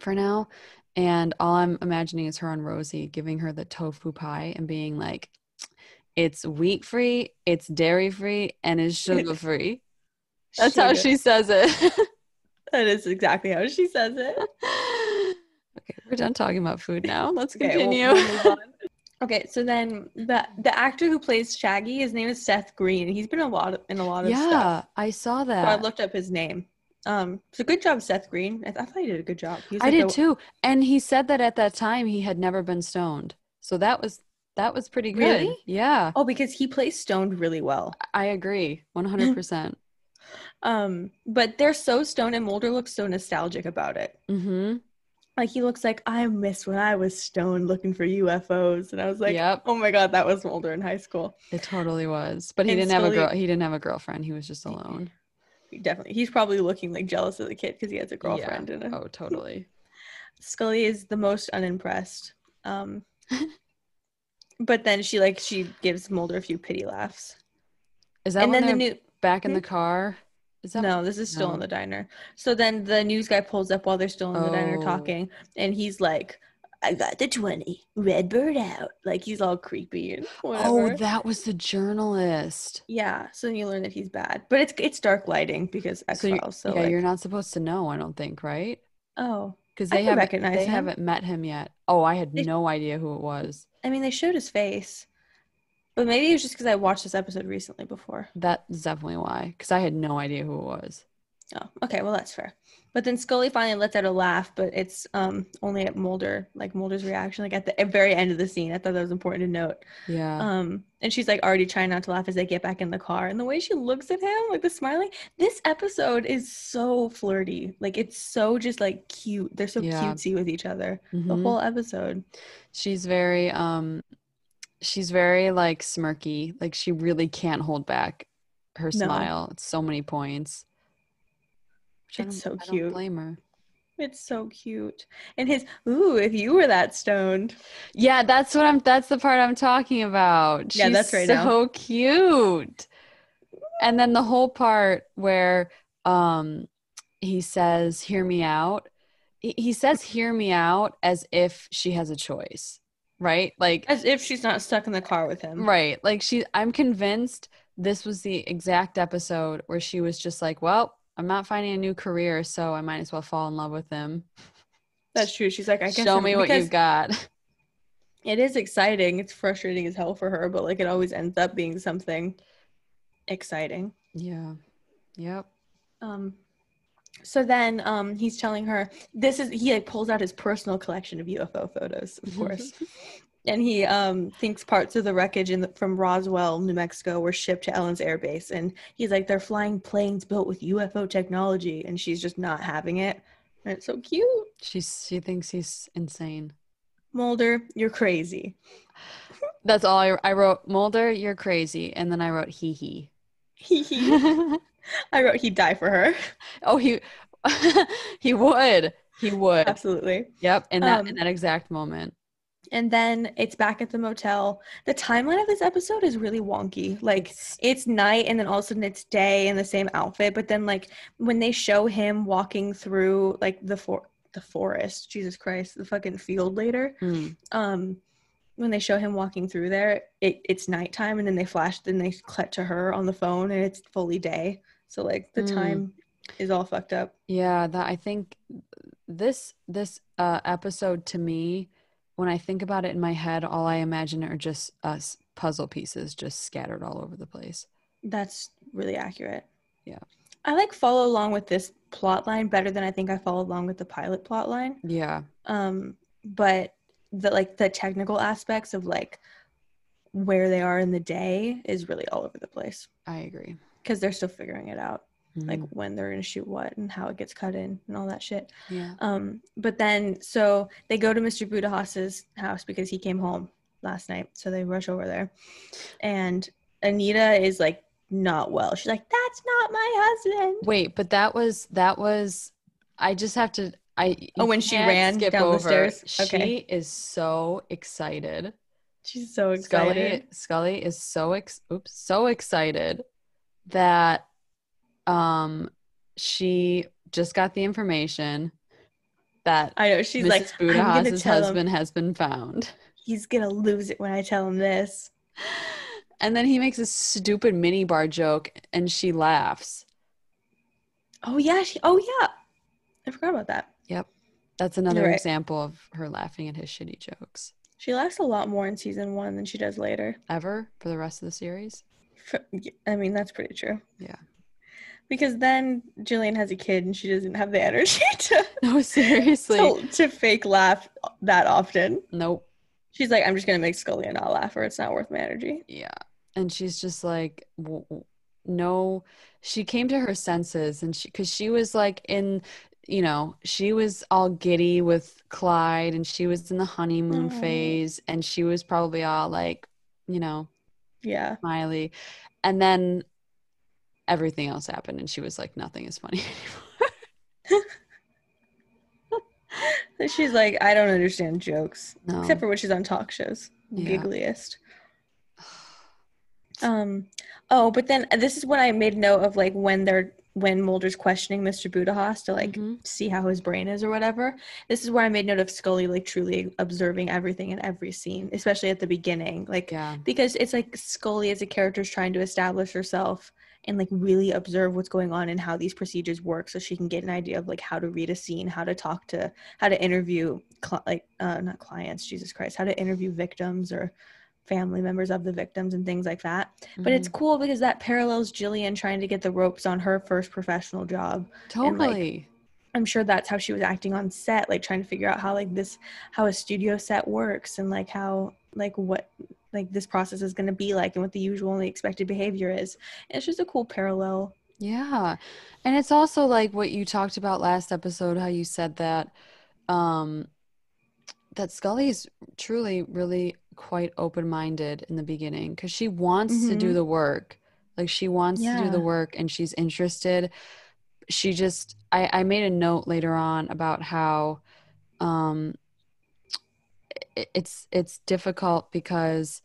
[SPEAKER 2] for now and all i'm imagining is her on rosie giving her the tofu pie and being like it's wheat free it's dairy free and it's sugar free that's how
[SPEAKER 1] Sugar.
[SPEAKER 2] she says it
[SPEAKER 1] That is exactly how she says it.
[SPEAKER 2] okay we're done talking about food now let's
[SPEAKER 1] Okay, we'll-
[SPEAKER 2] continue
[SPEAKER 1] we'll move on. okay, so then the the actor who plays Shaggy, his name is Seth Green. He's been a lot in a lot of stuff.
[SPEAKER 2] yeah i saw
[SPEAKER 1] So
[SPEAKER 2] that
[SPEAKER 1] I looked up his name. Um, so good job, Seth Green. I, th- I thought he did a good job. He was
[SPEAKER 2] I
[SPEAKER 1] like "Oh,
[SPEAKER 2] did
[SPEAKER 1] the-
[SPEAKER 2] too. And he said that at that time he had never been stoned. So that was that was pretty good.
[SPEAKER 1] Really?
[SPEAKER 2] Yeah,
[SPEAKER 1] Oh, because he plays stoned really well.
[SPEAKER 2] I agree. 100%.
[SPEAKER 1] Um, but they're so stoned, and Mulder looks so nostalgic about it.
[SPEAKER 2] mhm.
[SPEAKER 1] Like he looks like I miss when I was stoned looking for UFOs, and I was like,
[SPEAKER 2] Yep.
[SPEAKER 1] "Oh my god, that was Mulder in high school."
[SPEAKER 2] It totally was. But he
[SPEAKER 1] And
[SPEAKER 2] didn't have a
[SPEAKER 1] Scully-
[SPEAKER 2] girl he didn't have a girlfriend. He was just alone.
[SPEAKER 1] Definitely, he's probably looking like jealous of the kid because he has a girlfriend. And a-
[SPEAKER 2] Oh, totally.
[SPEAKER 1] Scully is the most unimpressed. Um, but then she like she gives Mulder a few pity laughs,
[SPEAKER 2] Is that
[SPEAKER 1] and
[SPEAKER 2] when
[SPEAKER 1] then
[SPEAKER 2] they're
[SPEAKER 1] the new
[SPEAKER 2] back in
[SPEAKER 1] Hmm?
[SPEAKER 2] the car? Is that
[SPEAKER 1] no, this is still in
[SPEAKER 2] No.
[SPEAKER 1] the diner. So then the news guy pulls up while they're still in the diner
[SPEAKER 2] Oh.
[SPEAKER 1] talking, and he's like. I got the 20. Red bird out. Like he's all creepy and whatever.
[SPEAKER 2] Oh, that was the journalist.
[SPEAKER 1] Yeah, so then you learn that he's bad, but it's it's dark lighting because X
[SPEAKER 2] So you-
[SPEAKER 1] Files. So,
[SPEAKER 2] yeah,
[SPEAKER 1] like,
[SPEAKER 2] you're not supposed to know, I don't think, right?
[SPEAKER 1] oh,
[SPEAKER 2] Because
[SPEAKER 1] I
[SPEAKER 2] they
[SPEAKER 1] can
[SPEAKER 2] haven't
[SPEAKER 1] recognize
[SPEAKER 2] they
[SPEAKER 1] him.
[SPEAKER 2] haven't met him yet. Oh, I had
[SPEAKER 1] They-
[SPEAKER 2] no idea who it was.
[SPEAKER 1] I mean, they showed his face, but maybe it was just because I watched this episode recently before.
[SPEAKER 2] That's definitely why, because I had no idea who it was.
[SPEAKER 1] Oh, okay, well that's fair. But then Scully finally lets out a laugh, but it's um only at Mulder, like Mulder's reaction, like at the at very end of the scene. I thought that was important to note.
[SPEAKER 2] Yeah.
[SPEAKER 1] Um, and she's like already trying not to laugh as they get back in the car, and the way she looks at him, like the smiling. This episode is so flirty, like it's so just like cute. They're so
[SPEAKER 2] Yeah.
[SPEAKER 1] cutesy with each other. the
[SPEAKER 2] Mhm.
[SPEAKER 1] whole episode.
[SPEAKER 2] She's very um she's very like smirky. Like she really can't hold back her
[SPEAKER 1] No.
[SPEAKER 2] smile. It's so many points. Which I
[SPEAKER 1] It's
[SPEAKER 2] don't-
[SPEAKER 1] so
[SPEAKER 2] I don't
[SPEAKER 1] cute.
[SPEAKER 2] blame her.
[SPEAKER 1] It's so cute. And his ooh, if you were that stoned.
[SPEAKER 2] Yeah, that's what I'm that's the part I'm talking about.
[SPEAKER 1] Yeah,
[SPEAKER 2] She's
[SPEAKER 1] that's right
[SPEAKER 2] so
[SPEAKER 1] now.
[SPEAKER 2] cute. And then the whole part where um he says, hear me out. He- He says hear me out as if she has a choice. Right? Like
[SPEAKER 1] As if she's not stuck in the car with him.
[SPEAKER 2] Right. Like she I'm convinced this was the exact episode where she was just like, Well, I'm not finding a new career, so I might as well fall in love with him.
[SPEAKER 1] That's true. She's like, I guess
[SPEAKER 2] Show
[SPEAKER 1] I'm-
[SPEAKER 2] me what
[SPEAKER 1] because
[SPEAKER 2] you've got.
[SPEAKER 1] It is exciting. It's frustrating as hell for her, but like it always ends up being something. exciting.
[SPEAKER 2] Yeah. Yep.
[SPEAKER 1] Um, so then um, he's telling her this is he like pulls out his personal collection of UFO photos, of course, and he um, thinks parts of the wreckage in the, from Roswell, New Mexico, were shipped to Ellen's Air Base, and he's like they're flying planes built with UFO technology, and she's just not having it. And it's so cute,
[SPEAKER 2] She's she thinks he's insane.
[SPEAKER 1] Mulder, you're crazy.
[SPEAKER 2] That's all I, I wrote. Mulder, you're crazy, and then I wrote hee hee.
[SPEAKER 1] Hee hee. I wrote he'd die for her.
[SPEAKER 2] oh, he he would. He would.
[SPEAKER 1] Absolutely.
[SPEAKER 2] Yep. In that in
[SPEAKER 1] Um,
[SPEAKER 2] that exact moment.
[SPEAKER 1] And then it's back at the motel. The timeline of this episode is really wonky. Like it's night and then all of a sudden it's day in the same outfit but then like when they show him walking through like the for the forest jesus christ the fucking field later
[SPEAKER 2] Mm.
[SPEAKER 1] um when they show him walking through there it, it's nighttime and then they flash then they cut to her on the phone and it's fully day so like the
[SPEAKER 2] Mm.
[SPEAKER 1] time is all fucked up
[SPEAKER 2] Yeah, that I think this this uh, episode to me, when I think about it in my head, all I imagine are just us puzzle pieces just scattered all over the place.
[SPEAKER 1] that's really accurate
[SPEAKER 2] Yeah.
[SPEAKER 1] i like follow along with this plot line better than i think i follow along with the pilot plot line
[SPEAKER 2] Yeah.
[SPEAKER 1] um but the like the technical aspects of like where they are in the day is really all over the place
[SPEAKER 2] I agree.
[SPEAKER 1] because they're still figuring it out like
[SPEAKER 2] Mhm.
[SPEAKER 1] when they're gonna shoot what and how it gets cut in and all that shit
[SPEAKER 2] yeah.
[SPEAKER 1] um but then so they go to mr budahas's house because he came home last night so they rush over there and anita is like not well she's like that's not my husband
[SPEAKER 2] Wait, but that was that was I just have to I you
[SPEAKER 1] Oh, when she
[SPEAKER 2] can't
[SPEAKER 1] ran
[SPEAKER 2] skip
[SPEAKER 1] down the
[SPEAKER 2] over.
[SPEAKER 1] stairs? Okay.
[SPEAKER 2] She is so excited.
[SPEAKER 1] she's so
[SPEAKER 2] Scully
[SPEAKER 1] excited
[SPEAKER 2] Scully is so ex oops, so excited that um she just got the information that
[SPEAKER 1] i know she's
[SPEAKER 2] Mrs.
[SPEAKER 1] like "I'm gonna
[SPEAKER 2] Budahas's
[SPEAKER 1] tell him."
[SPEAKER 2] husband has been found.
[SPEAKER 1] he's gonna lose it when I tell him this.
[SPEAKER 2] And then he makes a stupid mini bar joke and she laughs.
[SPEAKER 1] Oh yeah, she. Oh yeah, I forgot about that.
[SPEAKER 2] That's another
[SPEAKER 1] right.
[SPEAKER 2] example of her laughing at his shitty jokes.
[SPEAKER 1] She laughs a lot more in season one than she does later.
[SPEAKER 2] Ever for the rest of the series?
[SPEAKER 1] F- I mean, that's pretty true.
[SPEAKER 2] Yeah.
[SPEAKER 1] Because then Jillian has a kid and she doesn't have the energy to
[SPEAKER 2] No, seriously.
[SPEAKER 1] to, to fake laugh that often.
[SPEAKER 2] Nope.
[SPEAKER 1] She's like, I'm just gonna make Scully and not laugh, or it's not worth my energy.
[SPEAKER 2] Yeah. And she's just like, w- w- no, she came to her senses and she, cause she was like in, you know, she was all giddy with Clyde and she was in the honeymoon
[SPEAKER 1] Aw.
[SPEAKER 2] phase and she was probably all like, you know,
[SPEAKER 1] Yeah,
[SPEAKER 2] smiley. And then everything else happened and she was like, nothing is funny anymore.
[SPEAKER 1] And she's like, I don't understand jokes
[SPEAKER 2] No.
[SPEAKER 1] except for when she's on talk shows,
[SPEAKER 2] Oh. Yeah.
[SPEAKER 1] giggliest. Um. Oh, but then this is when I made note of like when they're when Mulder's questioning Mr. Budahas to like
[SPEAKER 2] Mhm.
[SPEAKER 1] see how his brain is or whatever. This is where I made note of Scully like truly observing everything in every scene, especially at the beginning, like
[SPEAKER 2] yeah.
[SPEAKER 1] because it's like Scully as a character is trying to establish herself and like really observe what's going on and how these procedures work, so she can get an idea of like how to read a scene, how to talk to, how to interview cli like uh, not clients, Jesus Christ, how to interview victims or family members of the victims and things like that. But it's cool because that parallels Jillian trying to get the ropes on her first professional job.
[SPEAKER 2] Mhm.
[SPEAKER 1] and, like,
[SPEAKER 2] totally.
[SPEAKER 1] I'm sure that's how she was acting on set, like trying to figure out how like this how a studio set works and like how like what like this process is going to be like and what the usual and the expected behavior is. It's just a cool parallel.
[SPEAKER 2] Yeah. And it's also like what you talked about last episode, how you said that um that Scully is truly really quite open-minded in the beginning because she wants to do
[SPEAKER 1] Mhm.
[SPEAKER 2] the work. Like she wants to do
[SPEAKER 1] Yeah.
[SPEAKER 2] the work and she's interested. She just I I made a note later on about how um it- it's it's difficult because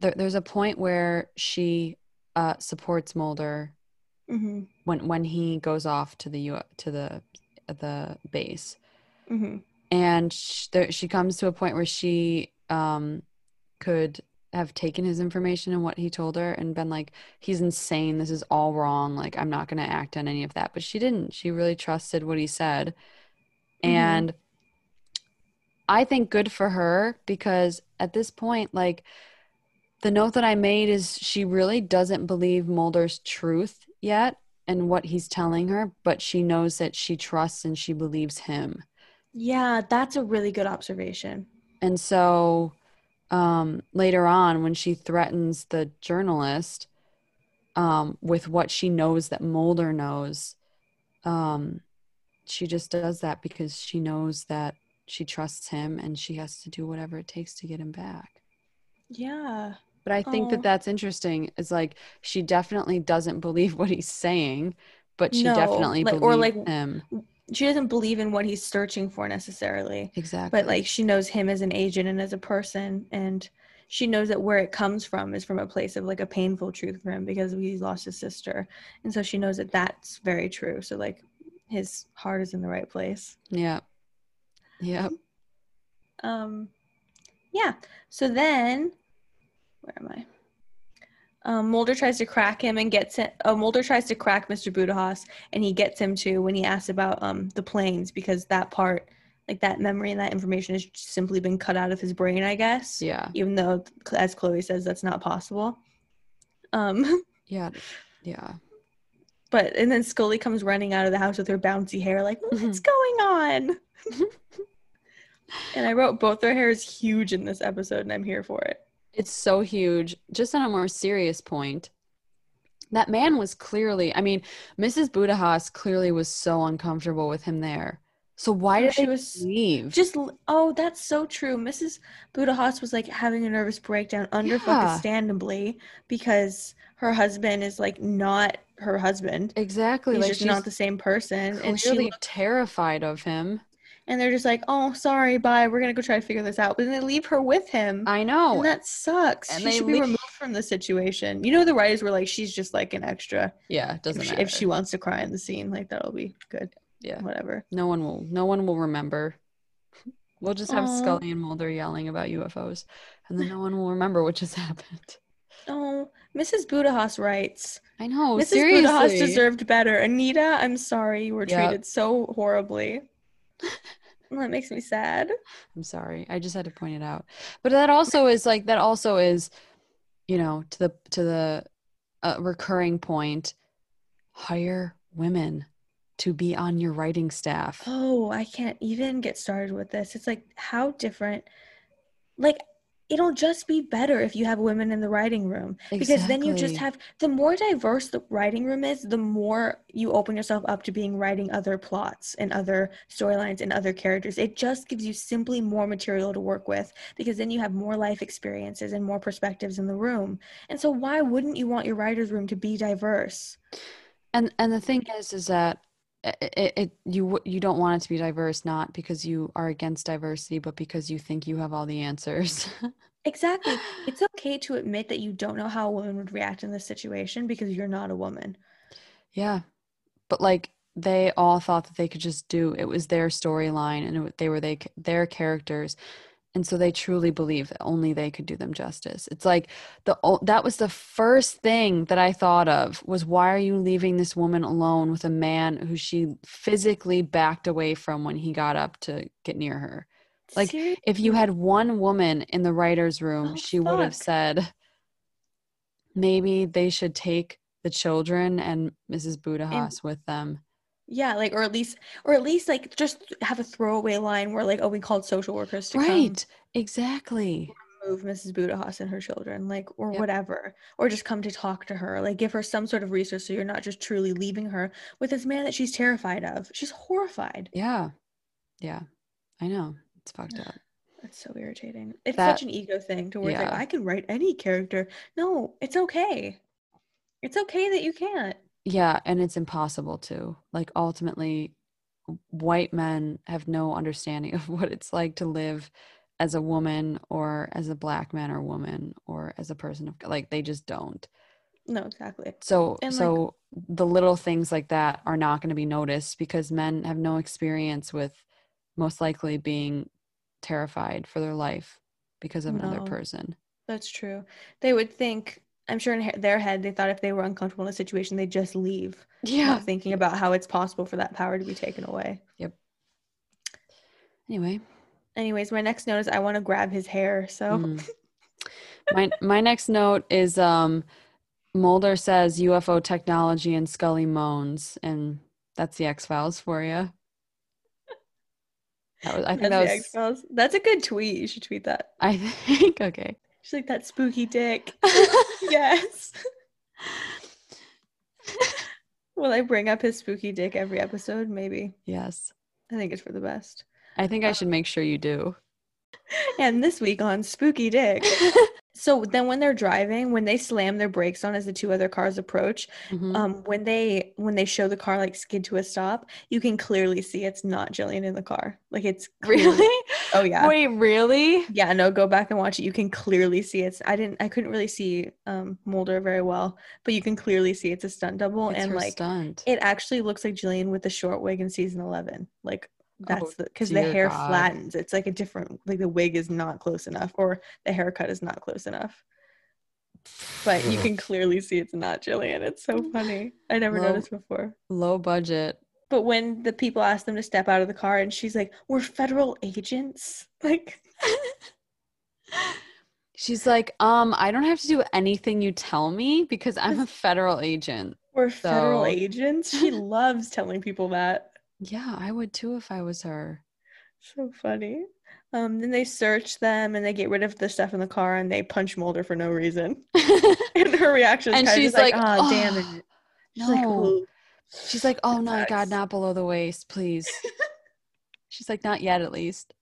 [SPEAKER 2] there, there's a point where she uh supports Mulder
[SPEAKER 1] hmm
[SPEAKER 2] when when he goes off to the U to the the base
[SPEAKER 1] hmm
[SPEAKER 2] and she, there, she comes to a point where she um could have taken his information and what he told her and been like he's insane this is all wrong like i'm not going to act on any of that but she didn't she really trusted what he said
[SPEAKER 1] Mhm.
[SPEAKER 2] and i think good for her because at this point like the note that I made is she really doesn't believe Mulder's truth yet and what he's telling her, but she knows that she trusts and she believes him.
[SPEAKER 1] Yeah, that's a really good observation.
[SPEAKER 2] And so um, later on, when she threatens the journalist um, with what she knows that Mulder knows, um, she just does that because she knows that she trusts him and she has to do whatever it takes to get him back.
[SPEAKER 1] Yeah.
[SPEAKER 2] But I think
[SPEAKER 1] Oh.
[SPEAKER 2] that that's interesting. Is like she definitely doesn't believe what he's saying, but she
[SPEAKER 1] No,
[SPEAKER 2] definitely
[SPEAKER 1] like-
[SPEAKER 2] believes
[SPEAKER 1] or, like,
[SPEAKER 2] him.
[SPEAKER 1] She doesn't believe in what he's searching for necessarily,
[SPEAKER 2] Exactly.
[SPEAKER 1] but like she knows him as an agent and as a person and she knows that where it comes from is from a place of like a painful truth for him because he lost his sister. And so she knows that that's very true. So like his heart is in the right place.
[SPEAKER 2] yeah. Yep.
[SPEAKER 1] Um, yeah. So then, where am I? Um, Mulder tries to crack him and gets it. Uh, Mulder tries to crack Mr. Budahas, and he gets him too when he asks about um, the planes because that part, like that memory and that information, has simply been cut out of his brain, I guess.
[SPEAKER 2] Yeah.
[SPEAKER 1] Even though, as Chloe says, that's not possible. Um,
[SPEAKER 2] Yeah. Yeah.
[SPEAKER 1] but and then Scully comes running out of the house with her bouncy hair, like, what's
[SPEAKER 2] Mm-hmm.
[SPEAKER 1] going on? and I wrote both their hair is huge in this episode, and I'm here for it.
[SPEAKER 2] It's so huge. Just on a more serious point, that man was clearly, I mean, Mrs. Budahas clearly was so uncomfortable with him there. So why
[SPEAKER 1] Oh,
[SPEAKER 2] did
[SPEAKER 1] she
[SPEAKER 2] she
[SPEAKER 1] was
[SPEAKER 2] leave?
[SPEAKER 1] just l- oh, that's so true. Mrs. Budahas was like having a nervous breakdown under
[SPEAKER 2] Yeah.
[SPEAKER 1] understandably because her husband is like not her husband.
[SPEAKER 2] exactly.
[SPEAKER 1] He's
[SPEAKER 2] like
[SPEAKER 1] just
[SPEAKER 2] she's
[SPEAKER 1] not the same person,
[SPEAKER 2] clearly
[SPEAKER 1] and she looked- Mm-hmm.
[SPEAKER 2] terrified of him.
[SPEAKER 1] and they're just like, oh, sorry, bye. We're gonna go try to figure this out. But then they leave her with him.
[SPEAKER 2] I know.
[SPEAKER 1] and that sucks.
[SPEAKER 2] and
[SPEAKER 1] she
[SPEAKER 2] they
[SPEAKER 1] should be
[SPEAKER 2] leave-
[SPEAKER 1] removed from the situation. You know, the writers were like, she's just like an extra.
[SPEAKER 2] yeah, it doesn't
[SPEAKER 1] if, she,
[SPEAKER 2] matter.
[SPEAKER 1] if she wants to cry in the scene, like that'll be good.
[SPEAKER 2] yeah.
[SPEAKER 1] Whatever.
[SPEAKER 2] No one will. No one will remember. We'll just have
[SPEAKER 1] Aw.
[SPEAKER 2] Scully and Mulder yelling about UFOs, and then no one will remember what just happened.
[SPEAKER 1] Oh, Mrs. Budahas writes.
[SPEAKER 2] I know.
[SPEAKER 1] Mrs.
[SPEAKER 2] Oh, seriously,
[SPEAKER 1] Budahas deserved better. Anita, I'm sorry you were
[SPEAKER 2] Yep.
[SPEAKER 1] treated so horribly. Well, that makes me sad.
[SPEAKER 2] I'm sorry. I just had to point it out. But that also is like that also is, you know, to the to the uh, recurring point. Hire women to be on your writing staff.
[SPEAKER 1] Oh, I can't even get started with this. It's like how different. Like it'll just be better if you have women in the writing room because then you just
[SPEAKER 2] Exactly.
[SPEAKER 1] have the more diverse the writing room is, the more you open yourself up to being writing other plots and other storylines and other characters. It just gives you simply more material to work with because then you have more life experiences and more perspectives in the room. And so why wouldn't you want your writers room to be diverse?
[SPEAKER 2] And and the thing is, is that it, it, it you w- you don't want it to be diverse, not because you are against diversity, but because you think you have all the answers.
[SPEAKER 1] Exactly. It's okay to admit that you don't know how a woman would react in this situation because you're not a woman.
[SPEAKER 2] yeah, but like they all thought that they could just do it was their storyline and it, wa- they were they c- their characters, and so they truly believe that only they could do them justice. It's like the o- that was the first thing that I thought of was why are you leaving this woman alone with a man who she physically backed away from when he got up to get near her. Like,
[SPEAKER 1] Seriously?
[SPEAKER 2] if you had one woman in the writer's room,
[SPEAKER 1] Oh,
[SPEAKER 2] she would have
[SPEAKER 1] fuck.
[SPEAKER 2] said, maybe they should take the children and Mrs. Budahas with them.
[SPEAKER 1] Yeah, like or at least or at least like just have a throwaway line where like, oh, we called social workers to
[SPEAKER 2] Right. Exactly.
[SPEAKER 1] come move Mrs. Budahas and her children, like or
[SPEAKER 2] Yep.
[SPEAKER 1] whatever. Or just come to talk to her. Like give her some sort of resource so you're not just truly leaving her with this man that she's terrified of. She's horrified.
[SPEAKER 2] Yeah. Yeah. I know. It's fucked up.
[SPEAKER 1] That's so irritating. It's
[SPEAKER 2] That-
[SPEAKER 1] such an ego thing to where it's
[SPEAKER 2] yeah.
[SPEAKER 1] like, I can write any character. No, it's okay. It's okay that you can't.
[SPEAKER 2] Yeah. And it's impossible to. Like, ultimately, w- white men have no understanding of what it's like to live as a woman or as a black man or woman or as a person of like they just don't
[SPEAKER 1] No, exactly.
[SPEAKER 2] so
[SPEAKER 1] And, like-
[SPEAKER 2] so the little things like that are not going to be noticed because men have no experience with most likely being terrified for their life because of another
[SPEAKER 1] No.
[SPEAKER 2] person
[SPEAKER 1] That's true. They would think, I'm sure in he- their head, they thought if they were uncomfortable in a situation, they'd just leave,
[SPEAKER 2] yeah
[SPEAKER 1] not thinking about how it's possible for that power to be taken away.
[SPEAKER 2] anyway
[SPEAKER 1] Anyways, my next note is I want to grab his hair. So
[SPEAKER 2] mm. hmm. my my next note is um Mulder says UFO technology and Scully moans and that's the X Files for you. That was, I think
[SPEAKER 3] That's the
[SPEAKER 2] that was.
[SPEAKER 3] X-Files. That's a good tweet. You should tweet that.
[SPEAKER 2] I think okay.
[SPEAKER 3] She's like that spooky dick. yes. Will I bring up his spooky dick every episode? Maybe.
[SPEAKER 2] yes,
[SPEAKER 3] I think it's for the best.
[SPEAKER 2] I think I should make sure you do.
[SPEAKER 3] And this week on Spooky Dick. So then when they're driving, when they slam their brakes on as the two other cars approach,
[SPEAKER 2] Mhm.
[SPEAKER 3] um when they when they show the car like skid to a stop, you can clearly see it's not Jillian in the car. Like it's clearly-
[SPEAKER 2] really?
[SPEAKER 3] Oh yeah.
[SPEAKER 2] Wait, really?
[SPEAKER 3] Yeah, no, go back and watch it. You can clearly see it's I didn't I couldn't really see um Mulder very well, but you can clearly see it's a stunt double
[SPEAKER 2] It's
[SPEAKER 3] and
[SPEAKER 2] her
[SPEAKER 3] like
[SPEAKER 2] stunt.
[SPEAKER 3] it actually looks like Jillian with the short wig in season 11. Like
[SPEAKER 2] Oh.
[SPEAKER 3] that's the because the
[SPEAKER 2] dear
[SPEAKER 3] hair
[SPEAKER 2] God.
[SPEAKER 3] flattens. It's like a different like the wig is not close enough or the haircut is not close enough. But you can clearly see it's not Jillian. It's so funny. I never
[SPEAKER 2] Mm. Well-
[SPEAKER 3] noticed before.
[SPEAKER 2] Low budget.
[SPEAKER 3] But when the people ask them to step out of the car and she's like, "We're federal agents." Like
[SPEAKER 2] She's like, um, I don't have to do anything you tell me because I'm a federal agent.
[SPEAKER 3] We're federal
[SPEAKER 2] So-
[SPEAKER 3] agents. She loves telling people that.
[SPEAKER 2] Yeah, I would too if I was her.
[SPEAKER 3] So funny. Um, then they search them and they get rid of the stuff in the car and they punch Mulder for no reason. And her reaction is
[SPEAKER 2] and
[SPEAKER 3] kinda
[SPEAKER 2] she's
[SPEAKER 3] just like,
[SPEAKER 2] like,
[SPEAKER 3] "Ah,
[SPEAKER 2] oh,
[SPEAKER 3] damn it. She's like,
[SPEAKER 2] no.
[SPEAKER 3] "Ooh."
[SPEAKER 2] She's like, oh
[SPEAKER 3] That
[SPEAKER 2] no,
[SPEAKER 3] sucks.
[SPEAKER 2] God, not below the waist, please. She's like, not yet, at least.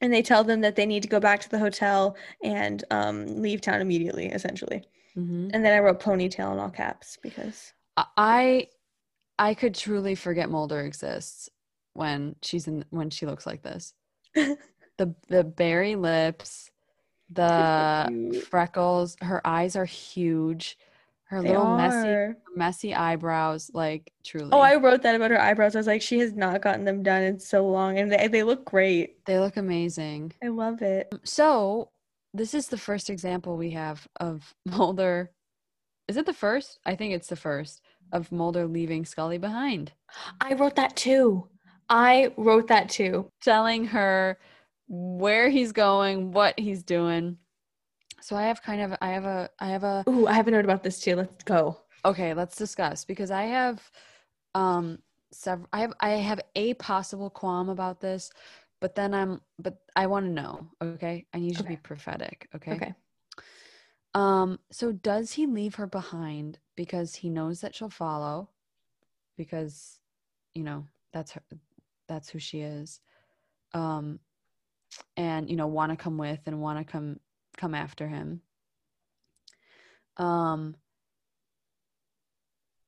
[SPEAKER 3] And they tell them that they need to go back to the hotel and um, leave town immediately, essentially.
[SPEAKER 2] Mhm.
[SPEAKER 3] And then I wrote ponytail in all caps because
[SPEAKER 2] I- I, I could truly forget Mulder exists when she's in when she looks like this. the the berry lips, the
[SPEAKER 3] cute.
[SPEAKER 2] freckles. Her eyes are huge. Her
[SPEAKER 3] they
[SPEAKER 2] little messy
[SPEAKER 3] are.
[SPEAKER 2] messy eyebrows, like truly.
[SPEAKER 3] Oh, I wrote that about her eyebrows. I was like, she has not gotten them done in so long, and they, they look great.
[SPEAKER 2] they look amazing.
[SPEAKER 3] I love it.
[SPEAKER 2] So this is the first example we have of Mulder. Is it the first? I think it's the first of Mulder leaving Scully behind,
[SPEAKER 1] I wrote that too. I wrote that too.
[SPEAKER 2] telling her where he's going, what he's doing. So I have kind of I have a I have a
[SPEAKER 1] Ooh, I have a note about this too. Let's go.
[SPEAKER 2] okay, let's discuss because I have um several I have I have a possible qualm about this, but then I'm but I want to know, okay? I need you to
[SPEAKER 1] Okay.
[SPEAKER 2] be prophetic, okay?
[SPEAKER 1] Okay.
[SPEAKER 2] Um, so does he leave her behind because he knows that she'll follow? Because, you know, that's her that's who she is. Um and you know, wanna come with and wanna come come after him. Um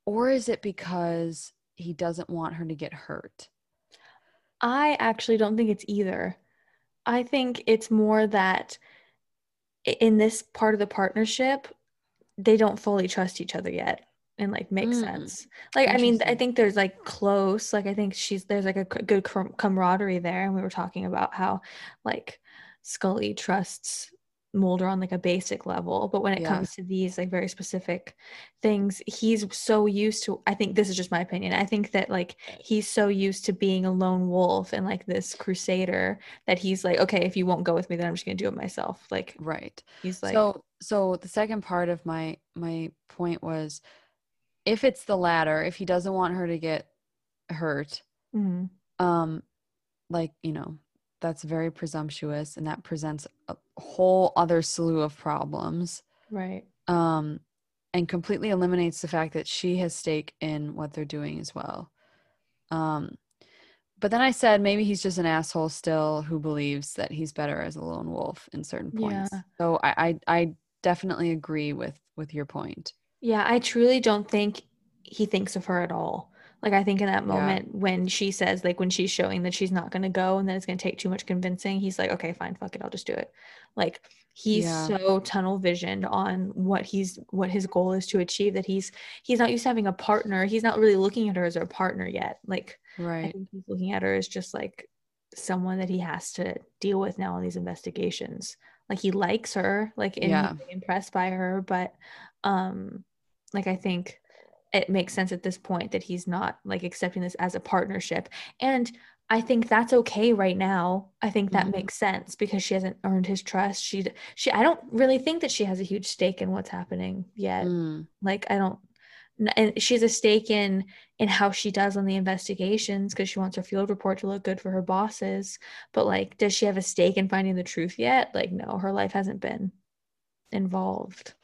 [SPEAKER 2] or is it because he doesn't want her to get hurt?
[SPEAKER 1] I actually don't think it's either. I think it's more that i- in this part of the partnership, they don't fully trust each other yet and like make
[SPEAKER 2] Mm.
[SPEAKER 1] sense. Like, I mean, I
[SPEAKER 2] Interesting.
[SPEAKER 1] think there's like close, like, I think she's there's like a c- good com- camaraderie there. And we were talking about how like Scully trusts Mulder on like a basic level. But when it
[SPEAKER 2] Yeah.
[SPEAKER 1] comes to these like very specific things, he's so used to, I think this is just my opinion. I think that like he's so used to being a lone wolf and like this crusader that he's like, okay, if you won't go with me, then I'm just going to do it myself. Like,
[SPEAKER 2] Right.
[SPEAKER 1] he's like,
[SPEAKER 2] so so the second part of my my point was if it's the latter, if he doesn't want her to get hurt,
[SPEAKER 1] mm,
[SPEAKER 2] um like, you know, that's very presumptuous and that presents a whole other slew of problems.
[SPEAKER 1] right.
[SPEAKER 2] Um and completely eliminates the fact that she has stake in what they're doing as well. Um but then I said maybe he's just an asshole still who believes that he's better as a lone wolf in certain points.
[SPEAKER 1] Yeah.
[SPEAKER 2] So I, I I definitely agree with with your point.
[SPEAKER 1] Yeah, I truly don't think he thinks of her at all. Like I think in that moment when she says, like when she's showing that she's not gonna go and that it's gonna take too much convincing, he's like, Okay, fine, fuck it, I'll just do it. Like he's
[SPEAKER 2] Yeah.
[SPEAKER 1] so tunnel visioned on what he's what his goal is to achieve that he's he's not used to having a partner. He's not really looking at her as a partner yet. Like I
[SPEAKER 2] Right.
[SPEAKER 1] think he's looking at her as just like someone that he has to deal with now on these investigations. Like he likes her, like and
[SPEAKER 2] Yeah.
[SPEAKER 1] he's really impressed by her, but um like I think it makes sense at this point that he's not like accepting this as a partnership. And I I think that's okay right now. I think that
[SPEAKER 2] Mhm.
[SPEAKER 1] makes sense because she hasn't earned his trust. She she I don't really think that she has a huge stake in what's happening yet.
[SPEAKER 2] Mm,
[SPEAKER 1] Like I don't n- and she has a stake in in how she does on the investigations because she wants her field report to look good for her bosses. But like does she have a stake in finding the truth yet? Like no, her life hasn't been involved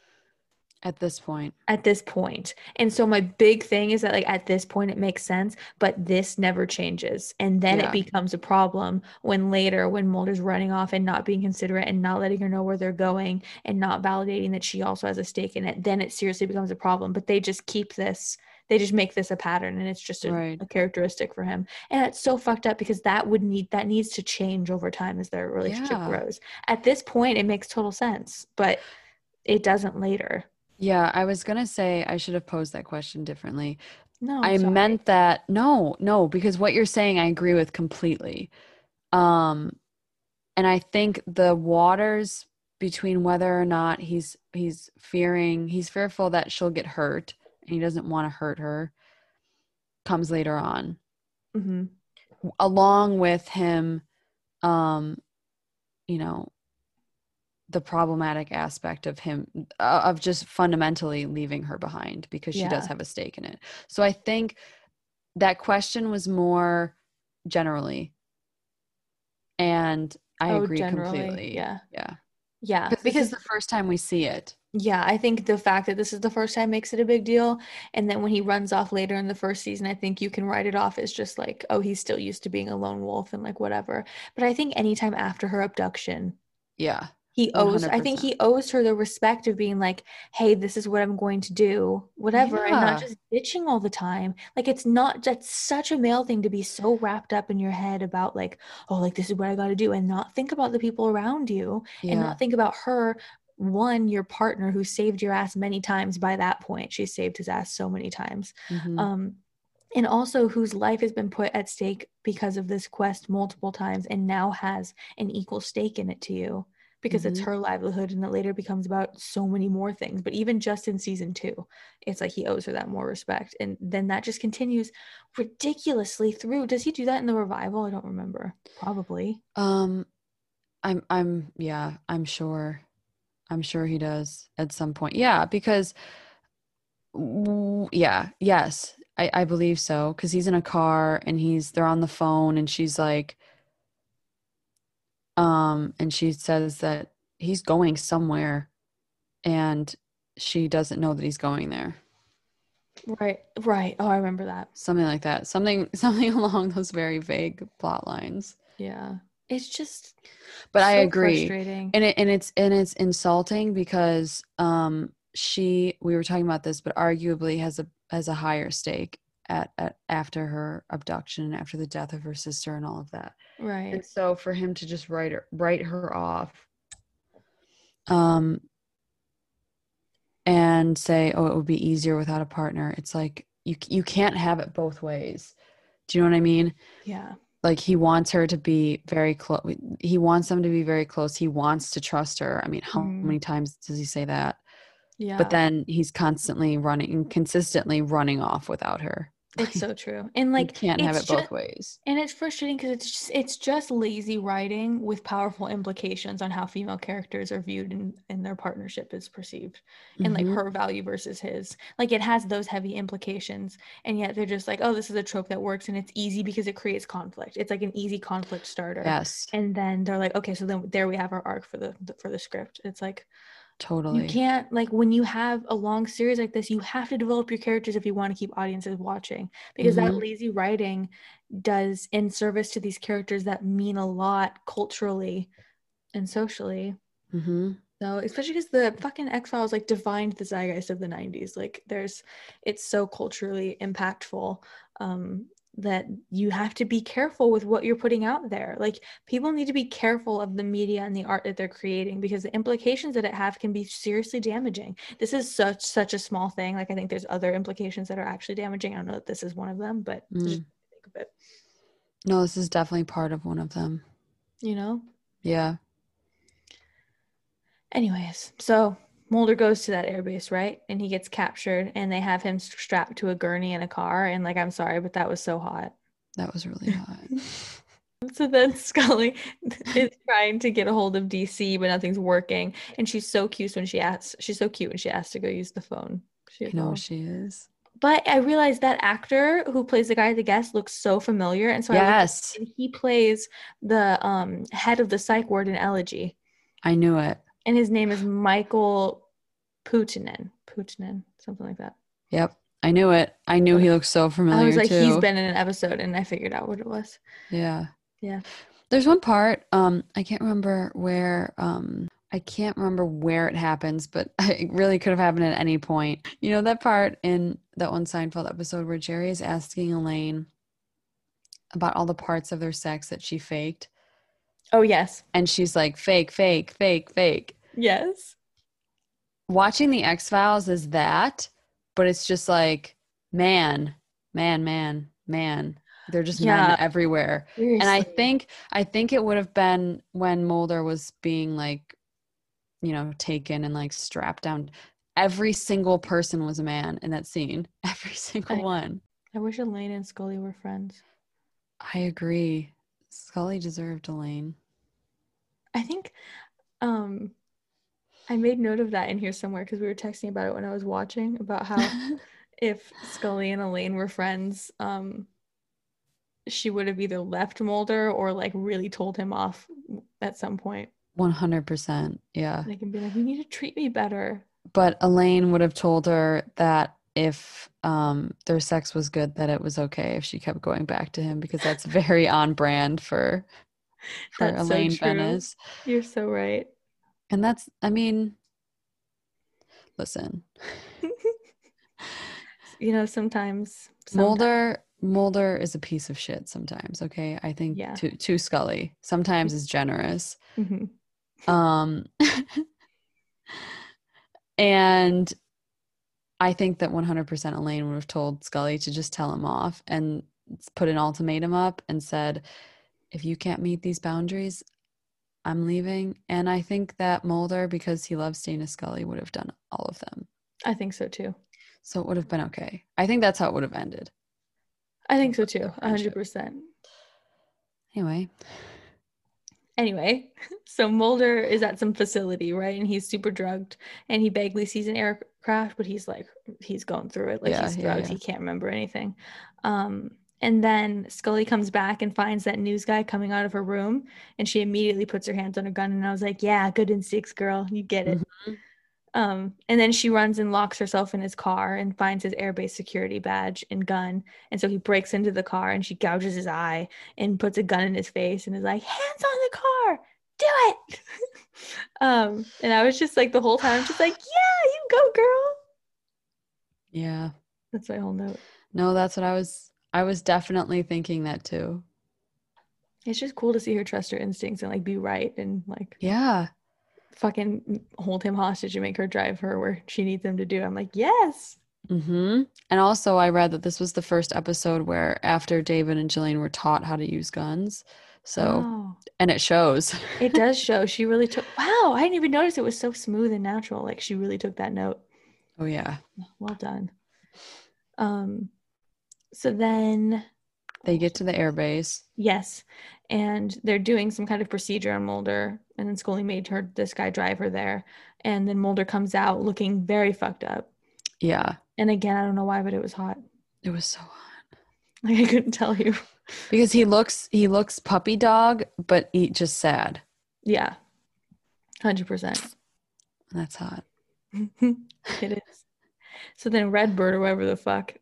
[SPEAKER 2] at this point.
[SPEAKER 1] at this point. And so my big thing is that like at this point it makes sense, but this never changes. And then
[SPEAKER 2] Yeah.
[SPEAKER 1] it becomes a problem when later when Mulder's running off and not being considerate and not letting her know where they're going and not validating that she also has a stake in it, then it seriously becomes a problem. But they just keep this they just make this a pattern and it's just a,
[SPEAKER 2] Right.
[SPEAKER 1] a characteristic for him. And it's so fucked up because that would need that needs to change over time as their relationship
[SPEAKER 2] Yeah.
[SPEAKER 1] grows. At this point it makes total sense, but it doesn't later.
[SPEAKER 2] Yeah, I was gonna say I should have posed that question differently.
[SPEAKER 1] No, I'm
[SPEAKER 2] I
[SPEAKER 1] sorry.
[SPEAKER 2] meant that no, no, because what you're saying I agree with completely. Um and I think the waters between whether or not he's he's fearing he's fearful that she'll get hurt and he doesn't want to hurt her comes later on
[SPEAKER 1] Mhm.
[SPEAKER 2] along with him um you know the problematic aspect of him uh, of just fundamentally leaving her behind because she does
[SPEAKER 1] Yeah.
[SPEAKER 2] have a stake in it so i think that question was more generally and i
[SPEAKER 1] Oh,
[SPEAKER 2] agree
[SPEAKER 1] generally,
[SPEAKER 2] completely
[SPEAKER 1] Yeah.
[SPEAKER 2] yeah
[SPEAKER 1] Yeah.
[SPEAKER 2] because this is
[SPEAKER 1] Because,
[SPEAKER 2] the first time we see it
[SPEAKER 1] yeah, I think the fact that this is the first time makes it a big deal. And then when he runs off later in the first season, I think you can write it off as just like, oh, he's still used to being a lone wolf and like whatever. But I think anytime after her abduction,
[SPEAKER 2] yeah
[SPEAKER 1] he owes, I think he owes her the respect of being like, hey, this is what I'm going to do, whatever, and not
[SPEAKER 2] Yeah.
[SPEAKER 1] just bitching all the time. Like, it's not, that's such a male thing to be so wrapped up in your head about like, oh, like this is what I got to do and not think about the people around you. and
[SPEAKER 2] yeah
[SPEAKER 1] not think about her one your partner who saved your ass many times by that point she saved his ass so many times
[SPEAKER 2] mhm.
[SPEAKER 1] um and also whose life has been put at stake because of this quest multiple times and now has an equal stake in it to you because it's
[SPEAKER 2] Mhm.
[SPEAKER 1] her livelihood and it later becomes about so many more things but even just in season 2 it's like he owes her that more respect and then that just continues ridiculously through does he do that in the revival i don't remember probably
[SPEAKER 2] Um, I'm, I'm, yeah, I'm sure. I'm sure he does at some point. Yeah, because, w- yeah, yes, I, I believe so. Because he's in a car and he's, they're on the phone and she's like, um, and she says that he's going somewhere and she doesn't know that he's going there.
[SPEAKER 1] right right oh i remember that
[SPEAKER 2] Something like that. Something, something along those very vague plot lines.
[SPEAKER 1] Yeah. It's just
[SPEAKER 2] But I
[SPEAKER 1] so
[SPEAKER 2] agree.
[SPEAKER 1] frustrating.
[SPEAKER 2] and it, and it's and it's insulting because um she we were talking about this but arguably has a has a higher stake at, at after her abduction after the death of her sister and all of that
[SPEAKER 1] right.
[SPEAKER 2] and so for him to just write her write her off um and say oh it would be easier without a partner it's like you you can't have it both ways do you know what i mean
[SPEAKER 1] Yeah.
[SPEAKER 2] like he wants her to be very close he wants them to be very close he wants to trust her i mean how
[SPEAKER 1] Mhm.
[SPEAKER 2] many times does he say that
[SPEAKER 1] Yeah.
[SPEAKER 2] but then he's constantly running consistently running off without her
[SPEAKER 1] it's so true. And
[SPEAKER 2] like
[SPEAKER 1] like
[SPEAKER 2] can't have it
[SPEAKER 1] it's
[SPEAKER 2] both
[SPEAKER 1] ju-
[SPEAKER 2] ways
[SPEAKER 1] And it's frustrating because it's just, it's just lazy writing with powerful implications on how female characters are viewed and, and their partnership is perceived, and like
[SPEAKER 2] Mhm.
[SPEAKER 1] her value versus his. Like it has those heavy implications, and yet they're just like, oh, this is a trope that works, and it's easy because it creates conflict. It's like an easy conflict starter.
[SPEAKER 2] yes
[SPEAKER 1] And then they're like, okay, so then there we have our arc for the for the script. It's like,
[SPEAKER 2] totally
[SPEAKER 1] You can't like when you have a long series like this, you have to develop your characters if you want to keep audiences watching because that
[SPEAKER 2] Mhm.
[SPEAKER 1] lazy writing does in service to these characters that mean a lot culturally and socially.
[SPEAKER 2] hmm
[SPEAKER 1] So especially because the fucking X Files like defined the zeitgeist of the '90s. Like there's, it's so culturally impactful um, that you have to be careful with what you're putting out there. Like people need to be careful of the media and the art that they're creating because the implications that it have can be seriously damaging. This is such such a small thing. Like I think there's other implications that are actually damaging. I don't know that this is one of them, but it's just think of it.
[SPEAKER 2] no this is definitely part of one of them
[SPEAKER 1] You know.
[SPEAKER 2] yeah
[SPEAKER 1] Anyways, so Mulder goes to that airbase, right? And he gets captured, and they have him s- strapped to a gurney in a car. And like, I'm sorry, but that was so hot.
[SPEAKER 2] that was really hot
[SPEAKER 1] so then Scully is trying to get a hold of DC, but nothing's working. And she's so cute when she asks. She's so cute when she asks to go use the phone. She-
[SPEAKER 2] You know she is.
[SPEAKER 1] But I realized that actor who plays the guy at the guest looks so familiar, and so I looked
[SPEAKER 2] Yes,
[SPEAKER 1] and he plays the um, head of the psych ward in Elegy,
[SPEAKER 2] I knew it.
[SPEAKER 1] and his name is Michael Putinen, Putinen, something like that.
[SPEAKER 2] Yep, I knew it. I knew he looked so familiar
[SPEAKER 1] I was like,
[SPEAKER 2] too.
[SPEAKER 1] he's been in an episode, and I figured out what it was.
[SPEAKER 2] Yeah.
[SPEAKER 1] Yeah.
[SPEAKER 2] There's one part, um, I can't remember where um I can't remember where it happens, but it really could have happened at any point. You know that part in that one Seinfeld episode where Jerry is asking Elaine about all the parts of their sex that she faked,
[SPEAKER 1] Oh yes,
[SPEAKER 2] and she's like, fake, fake, fake, fake.
[SPEAKER 1] yes.
[SPEAKER 2] Watching the X Files is that, but it's just like, man, man, man, man. They're just
[SPEAKER 1] Yeah.
[SPEAKER 2] men everywhere. and I think I think it would have been when Mulder was being like, you know, taken and like strapped down. Every single person was a man in that scene. Every single
[SPEAKER 1] I-
[SPEAKER 2] one.
[SPEAKER 1] I wish Elaine and Scully were friends.
[SPEAKER 2] I agree. Scully deserved Elaine.
[SPEAKER 1] I think um I made note of that in here somewhere because we were texting about it when I was watching about how if Scully and Elaine were friends, um she would have either left Mulder or like really told him off at some point.
[SPEAKER 2] One hundred percent. Yeah.
[SPEAKER 1] Like and be like, You need to treat me better.
[SPEAKER 2] But Elaine would have told her that if um their sex was good that it was okay if she kept going back to him because that's very on brand for for
[SPEAKER 1] That's so
[SPEAKER 2] Elaine
[SPEAKER 1] true.
[SPEAKER 2] Bennis.
[SPEAKER 1] You're so right.
[SPEAKER 2] And that's, I mean, listen,
[SPEAKER 1] you know, sometimes, sometimes
[SPEAKER 2] Mulder, Mulder is a piece of shit sometimes. Okay, I think
[SPEAKER 1] Yeah.
[SPEAKER 2] to to Scully sometimes is generous.
[SPEAKER 1] Mhm.
[SPEAKER 2] Um, and I think that 100% Elaine would have told Scully to just tell him off and s- put an ultimatum up and said, if you can't meet these boundaries. I'm leaving, and I think that Mulder, because he loves Dana Scully, would have done all of them.
[SPEAKER 1] I think so too.
[SPEAKER 2] So it would have been okay. I think that's how it would have ended.
[SPEAKER 1] I think so
[SPEAKER 2] Their
[SPEAKER 1] too. A
[SPEAKER 2] friendship.
[SPEAKER 1] hundred percent.
[SPEAKER 2] Anyway,
[SPEAKER 1] Anyway, so Mulder is at some facility, right? And he's super drugged and he vaguely sees an aircraft, but he's like, he's going through it. Like
[SPEAKER 2] Yeah,
[SPEAKER 1] he's
[SPEAKER 2] yeah,
[SPEAKER 1] drugged.
[SPEAKER 2] yeah.
[SPEAKER 1] He can't remember anything. Um, and then Scully comes back and finds that news guy coming out of her room and she immediately puts her hands on her gun. And I was like, yeah, good instincts, girl. You get it.
[SPEAKER 2] Mhm.
[SPEAKER 1] Um, and then she runs and locks herself in his car and finds his airbase security badge and gun. And so he breaks into the car and she gouges his eye and puts a gun in his face and is like, hands on the car, do it. um, and I was just like the whole time, just like, yeah, you go, girl.
[SPEAKER 2] yeah.
[SPEAKER 1] That's my whole note.
[SPEAKER 2] No, that's what I was I was definitely thinking that too.
[SPEAKER 1] It's just cool to see her trust her instincts and like be right and like
[SPEAKER 2] Yeah.
[SPEAKER 1] fucking hold him hostage and make her drive her where she needs him to do. I'm like, yes.
[SPEAKER 2] Mhm. And also I read that this was the first episode where after David and Jillian were taught how to use guns. So,
[SPEAKER 1] Wow.
[SPEAKER 2] and it shows.
[SPEAKER 1] it does show she really took wow i didn't even notice it was so smooth and natural like she really took that note
[SPEAKER 2] Oh yeah.
[SPEAKER 1] well done um so then
[SPEAKER 2] They get to the airbase.
[SPEAKER 1] yes and they're doing some kind of procedure on mulder and then scully made her this guy drive her there and then mulder comes out looking very fucked up
[SPEAKER 2] Yeah.
[SPEAKER 1] and again i don't know why but it was hot
[SPEAKER 2] It was so hot.
[SPEAKER 1] like i couldn't tell you
[SPEAKER 2] Because he looks he looks puppy dog, but he just sad.
[SPEAKER 1] yeah 100%
[SPEAKER 2] And that's hot.
[SPEAKER 1] it is. So then Redbird or whatever the fuck,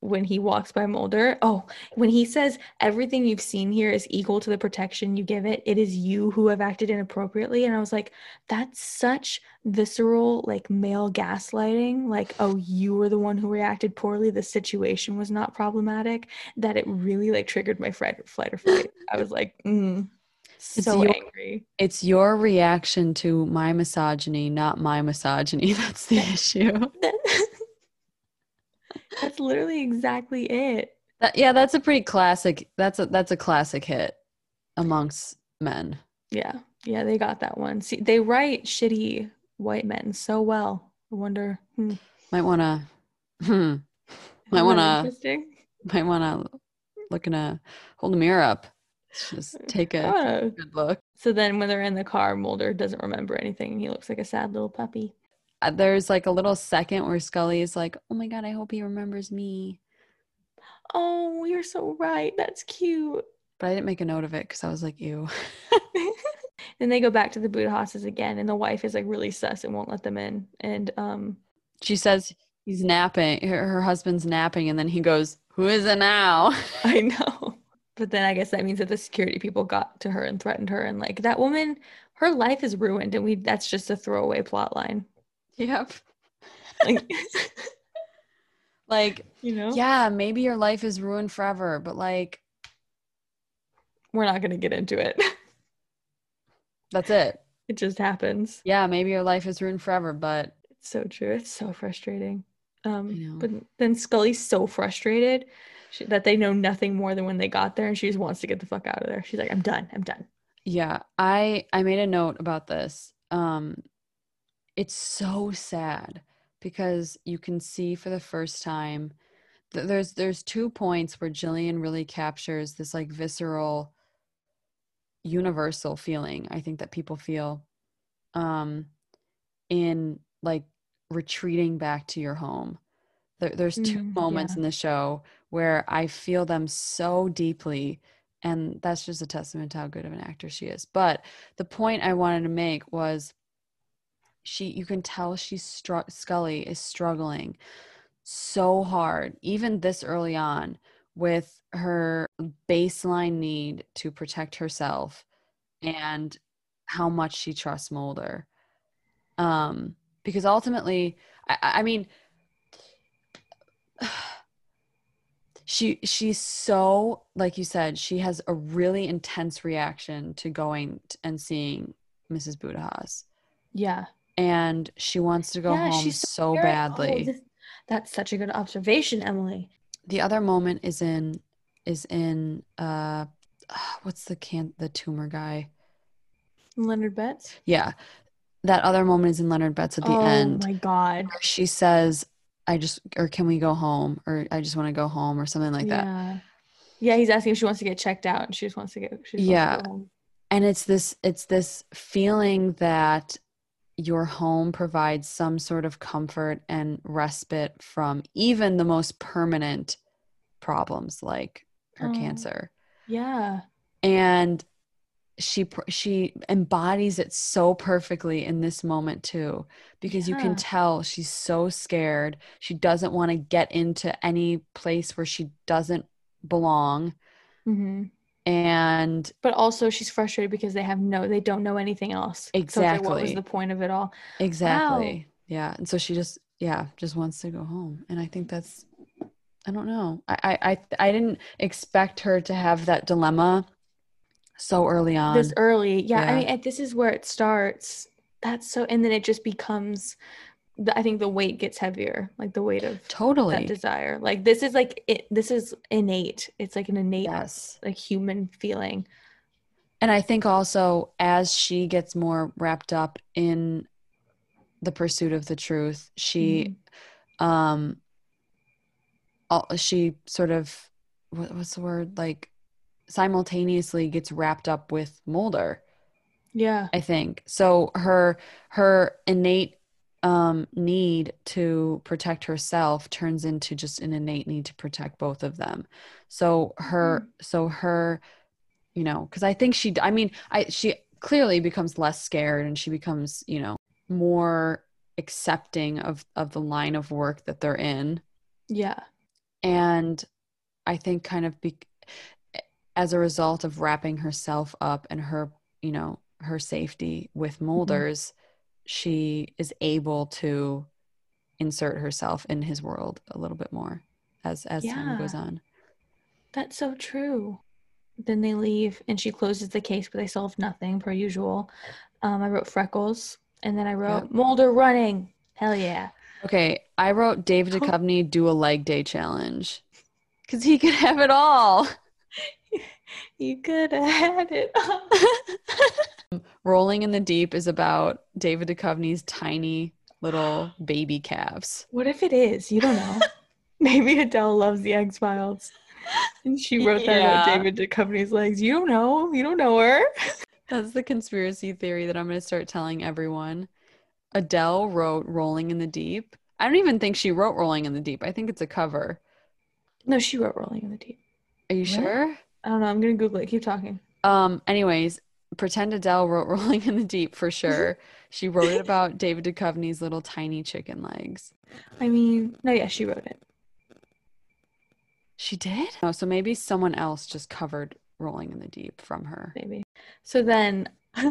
[SPEAKER 1] when he walks by Mulder, oh, when he says everything you've seen here is equal to the protection you give it, it is you who have acted inappropriately. And I was like, that's such visceral, like male gaslighting. Like, oh, you were the one who reacted poorly. The situation was not problematic. That it really like triggered my fright, flight or flight. I was like, mm,
[SPEAKER 2] It's
[SPEAKER 1] so
[SPEAKER 2] your-
[SPEAKER 1] angry.
[SPEAKER 2] It's your reaction to my misogyny, not my misogyny. That's the issue.
[SPEAKER 1] That's literally exactly it.
[SPEAKER 2] That, yeah, that's a pretty classic. That's a that's a classic hit amongst men.
[SPEAKER 1] Yeah. Yeah, they got that one. See, they write shitty white men so well. I wonder. Hmm,
[SPEAKER 2] Might wanna, hmm,
[SPEAKER 1] isn't that
[SPEAKER 2] wanna-
[SPEAKER 1] Interesting.
[SPEAKER 2] might wanna look in a hold a mirror up. Just take a
[SPEAKER 1] Oh.
[SPEAKER 2] good look.
[SPEAKER 1] So then when they're in the car, Mulder doesn't remember anything. and He looks like a sad little puppy.
[SPEAKER 2] Uh, There's like a little second where Scully is like, "Oh my god, I hope he remembers me,"
[SPEAKER 1] Oh, you're so right. That's cute.
[SPEAKER 2] but I didn't make a note of it because I was like, "Ew."
[SPEAKER 1] Then they go back to the Buddha houses again, and the wife is like really sus and won't let them in. And um,
[SPEAKER 2] She says he's napping. Her, her husband's napping, and then he goes, "Who is it now?"
[SPEAKER 1] I know. But then I guess that means that the security people got to her and threatened her, and like that woman, her life is ruined, and we—that's just a throwaway plot line.
[SPEAKER 2] yep.
[SPEAKER 1] Like,
[SPEAKER 2] Like,
[SPEAKER 1] you know,
[SPEAKER 2] yeah, maybe your life is ruined forever, but like,
[SPEAKER 1] we're not gonna get into it.
[SPEAKER 2] that's it.
[SPEAKER 1] It just happens.
[SPEAKER 2] Yeah, maybe your life is ruined forever, but
[SPEAKER 1] It's so true. It's so frustrating.
[SPEAKER 2] know.
[SPEAKER 1] Um, but then Scully's so frustrated she, that they know nothing more than when they got there, and she just wants to get the fuck out of there. She's like, "I'm done. I'm done."
[SPEAKER 2] yeah, I I made a note about this. Um, it's so sad because you can see for the first time th- there's there's two points where Jillian really captures this like visceral universal feeling I think that people feel um in like retreating back to your home. There, there's two
[SPEAKER 1] Mm,
[SPEAKER 2] moments in the show where I feel them so deeply and that's just a testament to how good of an actor she is. But the point I wanted to make was she you can tell she's str- Scully is struggling so hard even this early on with her baseline need to protect herself and how much she trusts Mulder. Um because ultimately I, I I mean she she's so like you said she has a really intense reaction to going t- and seeing Mrs. Budahas
[SPEAKER 1] Yeah,
[SPEAKER 2] and she wants to go
[SPEAKER 1] Yeah,
[SPEAKER 2] home
[SPEAKER 1] she's
[SPEAKER 2] so,
[SPEAKER 1] You're- oh,
[SPEAKER 2] badly.
[SPEAKER 1] this- that's such a good observation, Emily.
[SPEAKER 2] the other moment is in is in uh what's the can the tumor guy?
[SPEAKER 1] Leonard Betts.
[SPEAKER 2] Yeah. That other moment is in Leonard Betts at the
[SPEAKER 1] oh
[SPEAKER 2] end.
[SPEAKER 1] my god!
[SPEAKER 2] where She says, I just or can we go home? Or I just want to go home or something like that.
[SPEAKER 1] Yeah. Yeah, he's asking if she wants to get checked out, and she just wants to get. She just
[SPEAKER 2] Yeah.
[SPEAKER 1] Wants to go home.
[SPEAKER 2] and it's this it's this feeling that your home provides some sort of comfort and respite from even the most permanent problems like her
[SPEAKER 1] Oh.
[SPEAKER 2] cancer
[SPEAKER 1] Yeah.
[SPEAKER 2] and she pr- she embodies it so perfectly in this moment too because you
[SPEAKER 1] Yeah.
[SPEAKER 2] can tell she's so scared she doesn't want to get into any place where she doesn't belong
[SPEAKER 1] hmm
[SPEAKER 2] and
[SPEAKER 1] But also, she's frustrated because they have no, they don't know anything else. So it's like, what was
[SPEAKER 2] Exactly.
[SPEAKER 1] the point of it all?
[SPEAKER 2] Exactly. Yeah. And so she just, yeah, just wants to go home. And I think that's, I don't know. I, I, I, I didn't expect her to have that dilemma so early on.
[SPEAKER 1] this early yeah, i
[SPEAKER 2] Um, yeah.
[SPEAKER 1] mean and this is where it starts that's so and then it just becomes the, i think the weight gets heavier like the weight of that
[SPEAKER 2] totally.
[SPEAKER 1] desire like this is like it this is innate it's like an innate
[SPEAKER 2] Yes.
[SPEAKER 1] like human feeling
[SPEAKER 2] And I think also as she gets more wrapped up in the pursuit of the truth, she, um, all, she sort of, what, what's the word? Like simultaneously gets wrapped up with Mulder.
[SPEAKER 1] yeah
[SPEAKER 2] I think. So her her innate um need to protect herself turns into just an innate need to protect both of them. So her so her you know cuz I think she I mean I she clearly becomes less scared and she becomes, you know, more accepting of of the line of work that they're in
[SPEAKER 1] yeah
[SPEAKER 2] and i think kind of be, as a result of wrapping herself up and her you know her safety with molders she is able to insert herself in his world a little bit more as as time goes
[SPEAKER 1] Yeah.
[SPEAKER 2] on
[SPEAKER 1] that's so true then they leave and she closes the case but they solve nothing per usual um i wrote freckles and then i wrote
[SPEAKER 2] Yep.
[SPEAKER 1] mulder running hell yeah
[SPEAKER 2] okay i wrote dave Duchovny do a leg day challenge because he could have it all
[SPEAKER 1] you could have had it
[SPEAKER 2] rolling in the deep is about david Duchovny's tiny little baby calves
[SPEAKER 1] What if it is? You don't know. Maybe Adele loves the X Files. And she wrote that out,
[SPEAKER 2] Yeah.
[SPEAKER 1] David Duchovny's legs. You don't know. You don't know her.
[SPEAKER 2] That's the conspiracy theory that I'm going to start telling everyone. Adele wrote Rolling in the Deep. I don't even think she wrote Rolling in the Deep. I think it's a cover.
[SPEAKER 1] No, she wrote Rolling in the Deep.
[SPEAKER 2] Are you
[SPEAKER 1] What?
[SPEAKER 2] sure?
[SPEAKER 1] I don't know. I'm gonna Google it. Keep talking.
[SPEAKER 2] Um, anyways, pretend Adele wrote Rolling in the Deep for sure. she wrote it about David Duchovny's little tiny chicken legs.
[SPEAKER 1] I mean, no, yeah, she wrote it.
[SPEAKER 2] She did? No, Oh, so maybe someone else just covered Rolling in the Deep from her.
[SPEAKER 1] Maybe. So then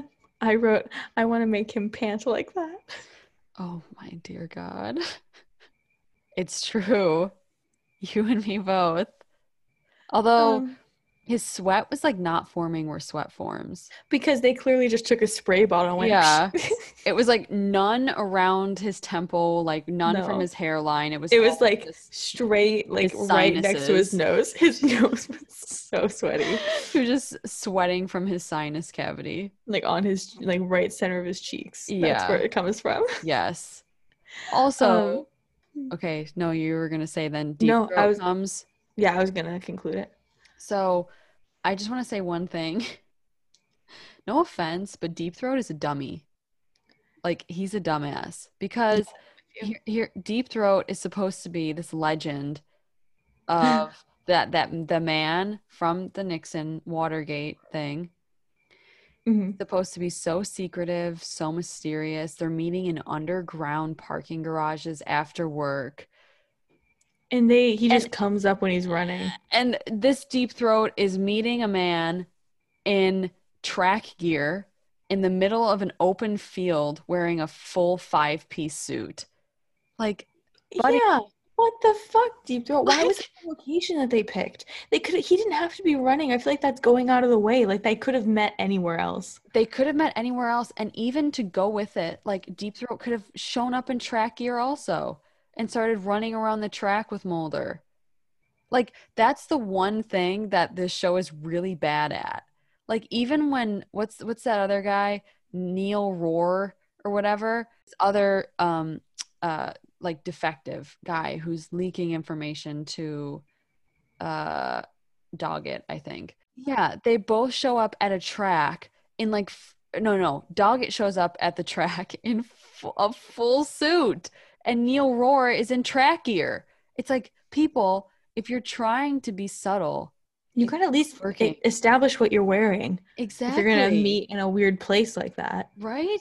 [SPEAKER 1] I wrote, I want to make him pant like that.
[SPEAKER 2] Oh my dear God. It's true. You and me both. Although
[SPEAKER 1] Um,
[SPEAKER 2] his sweat was like not forming where sweat forms.
[SPEAKER 1] because they clearly just took a spray bottle and went,
[SPEAKER 2] Yeah. It was like none around his temple, like none
[SPEAKER 1] No.
[SPEAKER 2] from his hairline. It was
[SPEAKER 1] it was
[SPEAKER 2] all
[SPEAKER 1] like
[SPEAKER 2] just-
[SPEAKER 1] straight, like
[SPEAKER 2] His
[SPEAKER 1] right next to his
[SPEAKER 2] sinuses.
[SPEAKER 1] nose. His nose was so sweaty,
[SPEAKER 2] he was just sweating from his sinus cavity.
[SPEAKER 1] like on his, like right center of his cheeks. That's
[SPEAKER 2] Yeah.
[SPEAKER 1] where it comes from.
[SPEAKER 2] Yes. Also,
[SPEAKER 1] Um,
[SPEAKER 2] okay, no, you were gonna say then deep
[SPEAKER 1] No, I
[SPEAKER 2] throat
[SPEAKER 1] was-
[SPEAKER 2] comes.
[SPEAKER 1] Yeah, I was gonna conclude it.
[SPEAKER 2] So I just wanna say one thing. no offense, but deep throat is a dummy. Like he's a dumbass because
[SPEAKER 1] you.
[SPEAKER 2] here, here deep throat is supposed to be this legend of that that the man from the Nixon Watergate thing
[SPEAKER 1] hmm
[SPEAKER 2] supposed to be so secretive, so mysterious. They're meeting in underground parking garages after work.
[SPEAKER 1] And they, he just
[SPEAKER 2] And-
[SPEAKER 1] comes up when he's running.
[SPEAKER 2] And this deep throat is meeting a man in track gear in the middle of an open field wearing a full five piece suit. Like, Buddy-
[SPEAKER 1] Yeah. What the fuck, Deep Throat? Why was
[SPEAKER 2] Like-
[SPEAKER 1] it the location that they picked? They could he didn't have to be running. I feel like that's going out of the way. Like they could have met anywhere else.
[SPEAKER 2] they could have met anywhere else. And even to go with it, like, Deep Throat could have shown up in track gear also and started running around the track with Mulder. Like, that's the one thing that this show is really bad at. Like, even when, what's, what's that other guy? Neil Rohr or whatever, this other, um, uh, like defective guy who's leaking information to, uh, Doggett, I think. Yeah, they both show up at a track in like f- no no Doggett shows up at the track in f- a full suit and Neil Rohr is in track gear. It's like people, if you're trying to be subtle,
[SPEAKER 1] You could at least e-
[SPEAKER 2] Working.
[SPEAKER 1] establish what you're wearing.
[SPEAKER 2] exactly.
[SPEAKER 1] If you're gonna meet in a weird place like that,
[SPEAKER 2] right?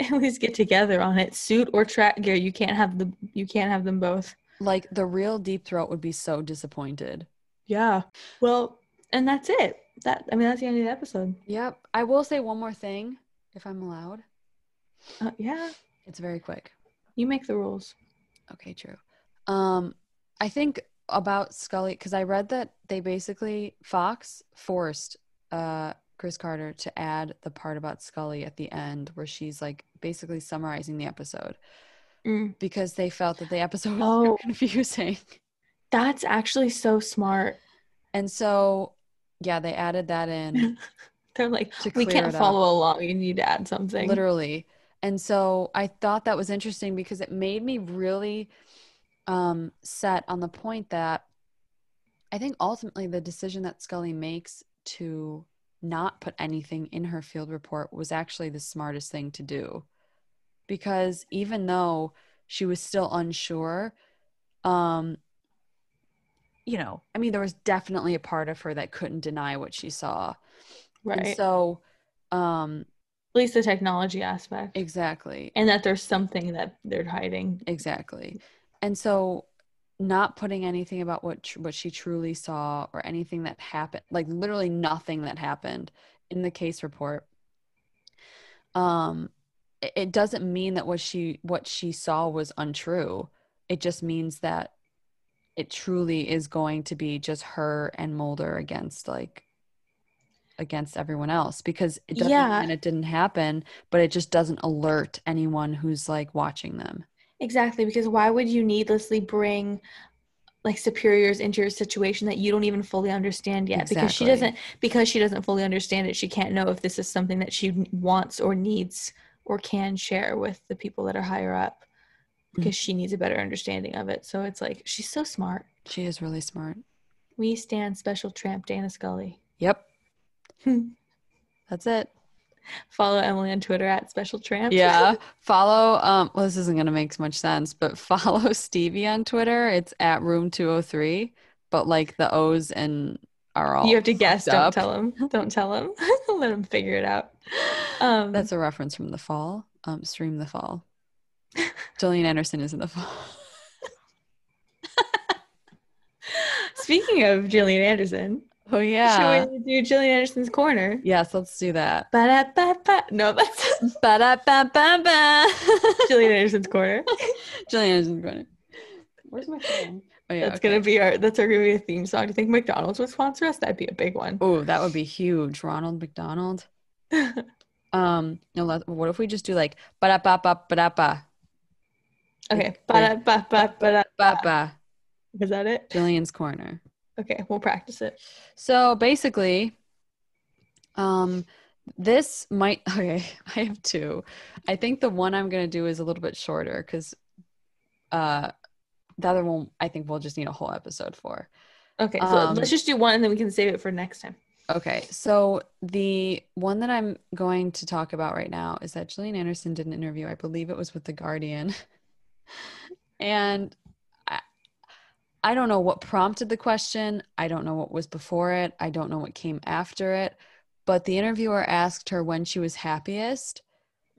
[SPEAKER 1] at least get together on it. Suit or track gear. You can't have the you can't have them both.
[SPEAKER 2] Like the real deep throat would be so disappointed.
[SPEAKER 1] Yeah. Well, and that's it. That I mean that's the end of the episode.
[SPEAKER 2] Yep. I will say one more thing if I'm allowed.
[SPEAKER 1] Uh, yeah.
[SPEAKER 2] It's very quick.
[SPEAKER 1] You make the rules.
[SPEAKER 2] Okay, true. Um, I think about Scully because I read that they basically Fox forced uh Chris Carter to add the part about Scully at the end where she's like basically summarizing the episode
[SPEAKER 1] Mm.
[SPEAKER 2] because they felt that the episode was
[SPEAKER 1] Oh.
[SPEAKER 2] too confusing.
[SPEAKER 1] That's actually so smart.
[SPEAKER 2] And so yeah, they added that in
[SPEAKER 1] They're like,
[SPEAKER 2] to
[SPEAKER 1] we
[SPEAKER 2] Mm. clear
[SPEAKER 1] can't
[SPEAKER 2] it up.
[SPEAKER 1] follow along. You need to add something.
[SPEAKER 2] literally and so i thought that was interesting because it made me really um set on the point that i think ultimately the decision that scully makes to not put anything in her field report was actually the smartest thing to do because even though she was still unsure um you know i mean there was definitely a part of her that couldn't deny what she saw and
[SPEAKER 1] Right.
[SPEAKER 2] so um
[SPEAKER 1] at least the technology aspect
[SPEAKER 2] exactly
[SPEAKER 1] and that there's something that they're hiding
[SPEAKER 2] Exactly. And so not putting anything about what tr- what she truly saw or anything that happened, like literally nothing that happened in the case report. Um i- it, doesn't mean that what she what she saw was untrue. It just means that it truly is going to be just her and Mulder against like against everyone else because it doesn't
[SPEAKER 1] Yeah.
[SPEAKER 2] mean it didn't happen, but it just doesn't alert anyone who's like watching them.
[SPEAKER 1] exactly because why would you needlessly bring like superiors into your situation that you don't even fully understand yet because she
[SPEAKER 2] Exactly.
[SPEAKER 1] doesn't because she doesn't fully understand it she can't know if this is something that she wants or needs or can share with the people that are higher up
[SPEAKER 2] Mm.
[SPEAKER 1] because she needs a better understanding of it so it's like she's so smart
[SPEAKER 2] She is really smart.
[SPEAKER 1] We stand special tramp Dana Scully.
[SPEAKER 2] Yep. That's it.
[SPEAKER 1] Follow Emily on Twitter at special tramp.
[SPEAKER 2] Yeah. follow um well this isn't gonna make much sense, but follow Stevie on Twitter. It's at room two oh three, but like the O's and are all
[SPEAKER 1] you have to guess.
[SPEAKER 2] fucked
[SPEAKER 1] Don't
[SPEAKER 2] up.
[SPEAKER 1] tell him. Don't tell him. Let him figure it out. Um,
[SPEAKER 2] That's a reference from the fall. Um stream the fall. Jillian Anderson is in the fall.
[SPEAKER 1] speaking of Jillian Anderson.
[SPEAKER 2] Oh yeah.
[SPEAKER 1] Should we do Jillian Anderson's corner?
[SPEAKER 2] Yes, let's do that.
[SPEAKER 1] Ba-da-ba-ba. No, that's
[SPEAKER 2] Ba-da-ba-ba-ba.
[SPEAKER 1] Jillian Anderson's corner.
[SPEAKER 2] Jillian Anderson's going. Where's my phone? Oh yeah.
[SPEAKER 1] That's gonna be our that's our gonna be a theme song. Do you think McDonald's would sponsor us? That'd be a big one.
[SPEAKER 2] Oh, that would be huge. Ronald McDonald. Um, no, let, what if we just do like ba da ba ba ba da ba
[SPEAKER 1] okay. Ba ba ba ba
[SPEAKER 2] ba ba
[SPEAKER 1] Is that it?
[SPEAKER 2] Jillian's corner.
[SPEAKER 1] Okay, we'll practice it.
[SPEAKER 2] So basically, um, this might okay. I have two. I think the one I'm gonna do is a little bit shorter because, uh, the other one I think we'll just need a whole episode for.
[SPEAKER 1] Okay, so
[SPEAKER 2] Um,
[SPEAKER 1] let's just do one and then we can save it for next time.
[SPEAKER 2] Okay, so the one that I'm going to talk about right now is that Gillian Anderson did an interview, I believe it was with The Guardian. And I, I don't know what prompted the question. I don't know what was before it. I don't know what came after it. But the interviewer asked her when she was happiest,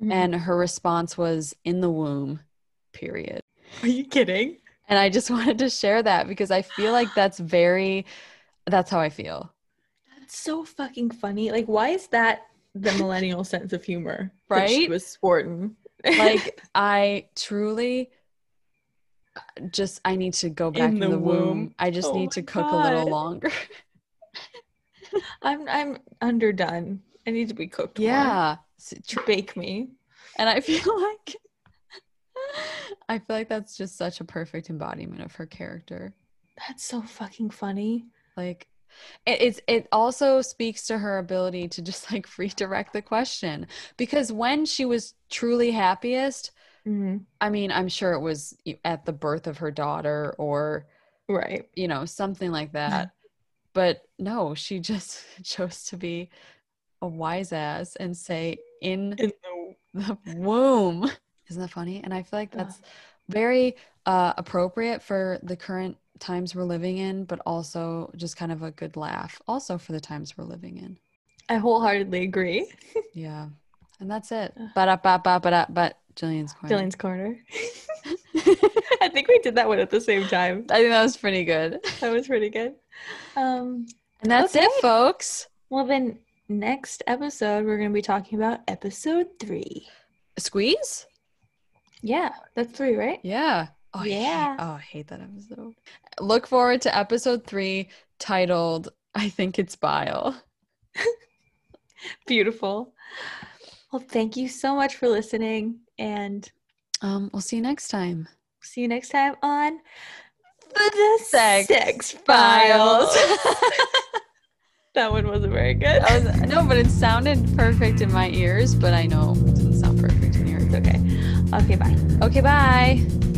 [SPEAKER 1] Mm-hmm.
[SPEAKER 2] and her response was in the womb, period.
[SPEAKER 1] are you kidding?
[SPEAKER 2] And I just wanted to share that because I feel like that's very, that's how I feel.
[SPEAKER 1] That's so fucking funny. Like, why is that the millennial sense of humor? that she
[SPEAKER 2] Right?
[SPEAKER 1] was sporting.
[SPEAKER 2] like i truly just i need to go back
[SPEAKER 1] In
[SPEAKER 2] in the,
[SPEAKER 1] the
[SPEAKER 2] womb.
[SPEAKER 1] womb.
[SPEAKER 2] i just
[SPEAKER 1] Oh
[SPEAKER 2] need
[SPEAKER 1] my
[SPEAKER 2] to cook a little
[SPEAKER 1] God.
[SPEAKER 2] longer
[SPEAKER 1] I'm I'm underdone. I need to be cooked. more.
[SPEAKER 2] yeah S- tr-
[SPEAKER 1] bake me.
[SPEAKER 2] and i feel like i feel like that's just such a perfect embodiment of her character
[SPEAKER 1] That's so fucking funny.
[SPEAKER 2] like it, it's it also speaks to her ability to just like redirect the question because when she was truly happiest
[SPEAKER 1] Mhm.
[SPEAKER 2] i mean i'm sure it was e, at the birth of her daughter or
[SPEAKER 1] Right.
[SPEAKER 2] you know, something like that. but no, she just chose to be a wise ass and say in
[SPEAKER 1] In the-
[SPEAKER 2] the womb. Isn't that funny? And I feel like
[SPEAKER 1] Yeah.
[SPEAKER 2] that's very uh, appropriate for the current times we're living in, but also just kind of a good laugh, also for the times we're living in.
[SPEAKER 1] I wholeheartedly agree.
[SPEAKER 2] Yeah. And that's it.
[SPEAKER 1] Ugh.
[SPEAKER 2] Ba da ba ba ba da but Jillian's corner.
[SPEAKER 1] Dylan's corner. I think we did that one at the same time.
[SPEAKER 2] I think that was pretty good.
[SPEAKER 1] That was pretty good. Um,
[SPEAKER 2] And that's it,
[SPEAKER 1] Okay.
[SPEAKER 2] folks.
[SPEAKER 1] well, then next episode we're going to be talking about episode three.
[SPEAKER 2] Squeeze?
[SPEAKER 1] Yeah, that's three, right?
[SPEAKER 2] Yeah. Oh, I hate-
[SPEAKER 1] Yeah.
[SPEAKER 2] oh, I hate that episode. Look forward to episode three titled I Think It's Bile.
[SPEAKER 1] Beautiful. Well, thank you so much for listening, and
[SPEAKER 2] Um, we'll see you next time.
[SPEAKER 1] see you next time on the
[SPEAKER 2] Sex
[SPEAKER 1] Files. Oh,
[SPEAKER 2] that
[SPEAKER 1] that one wasn't very good.
[SPEAKER 2] was, no, but it sounded perfect in my ears, but I know it didn't sound perfect in yours.
[SPEAKER 1] okay. Okay, bye.
[SPEAKER 2] Okay, bye.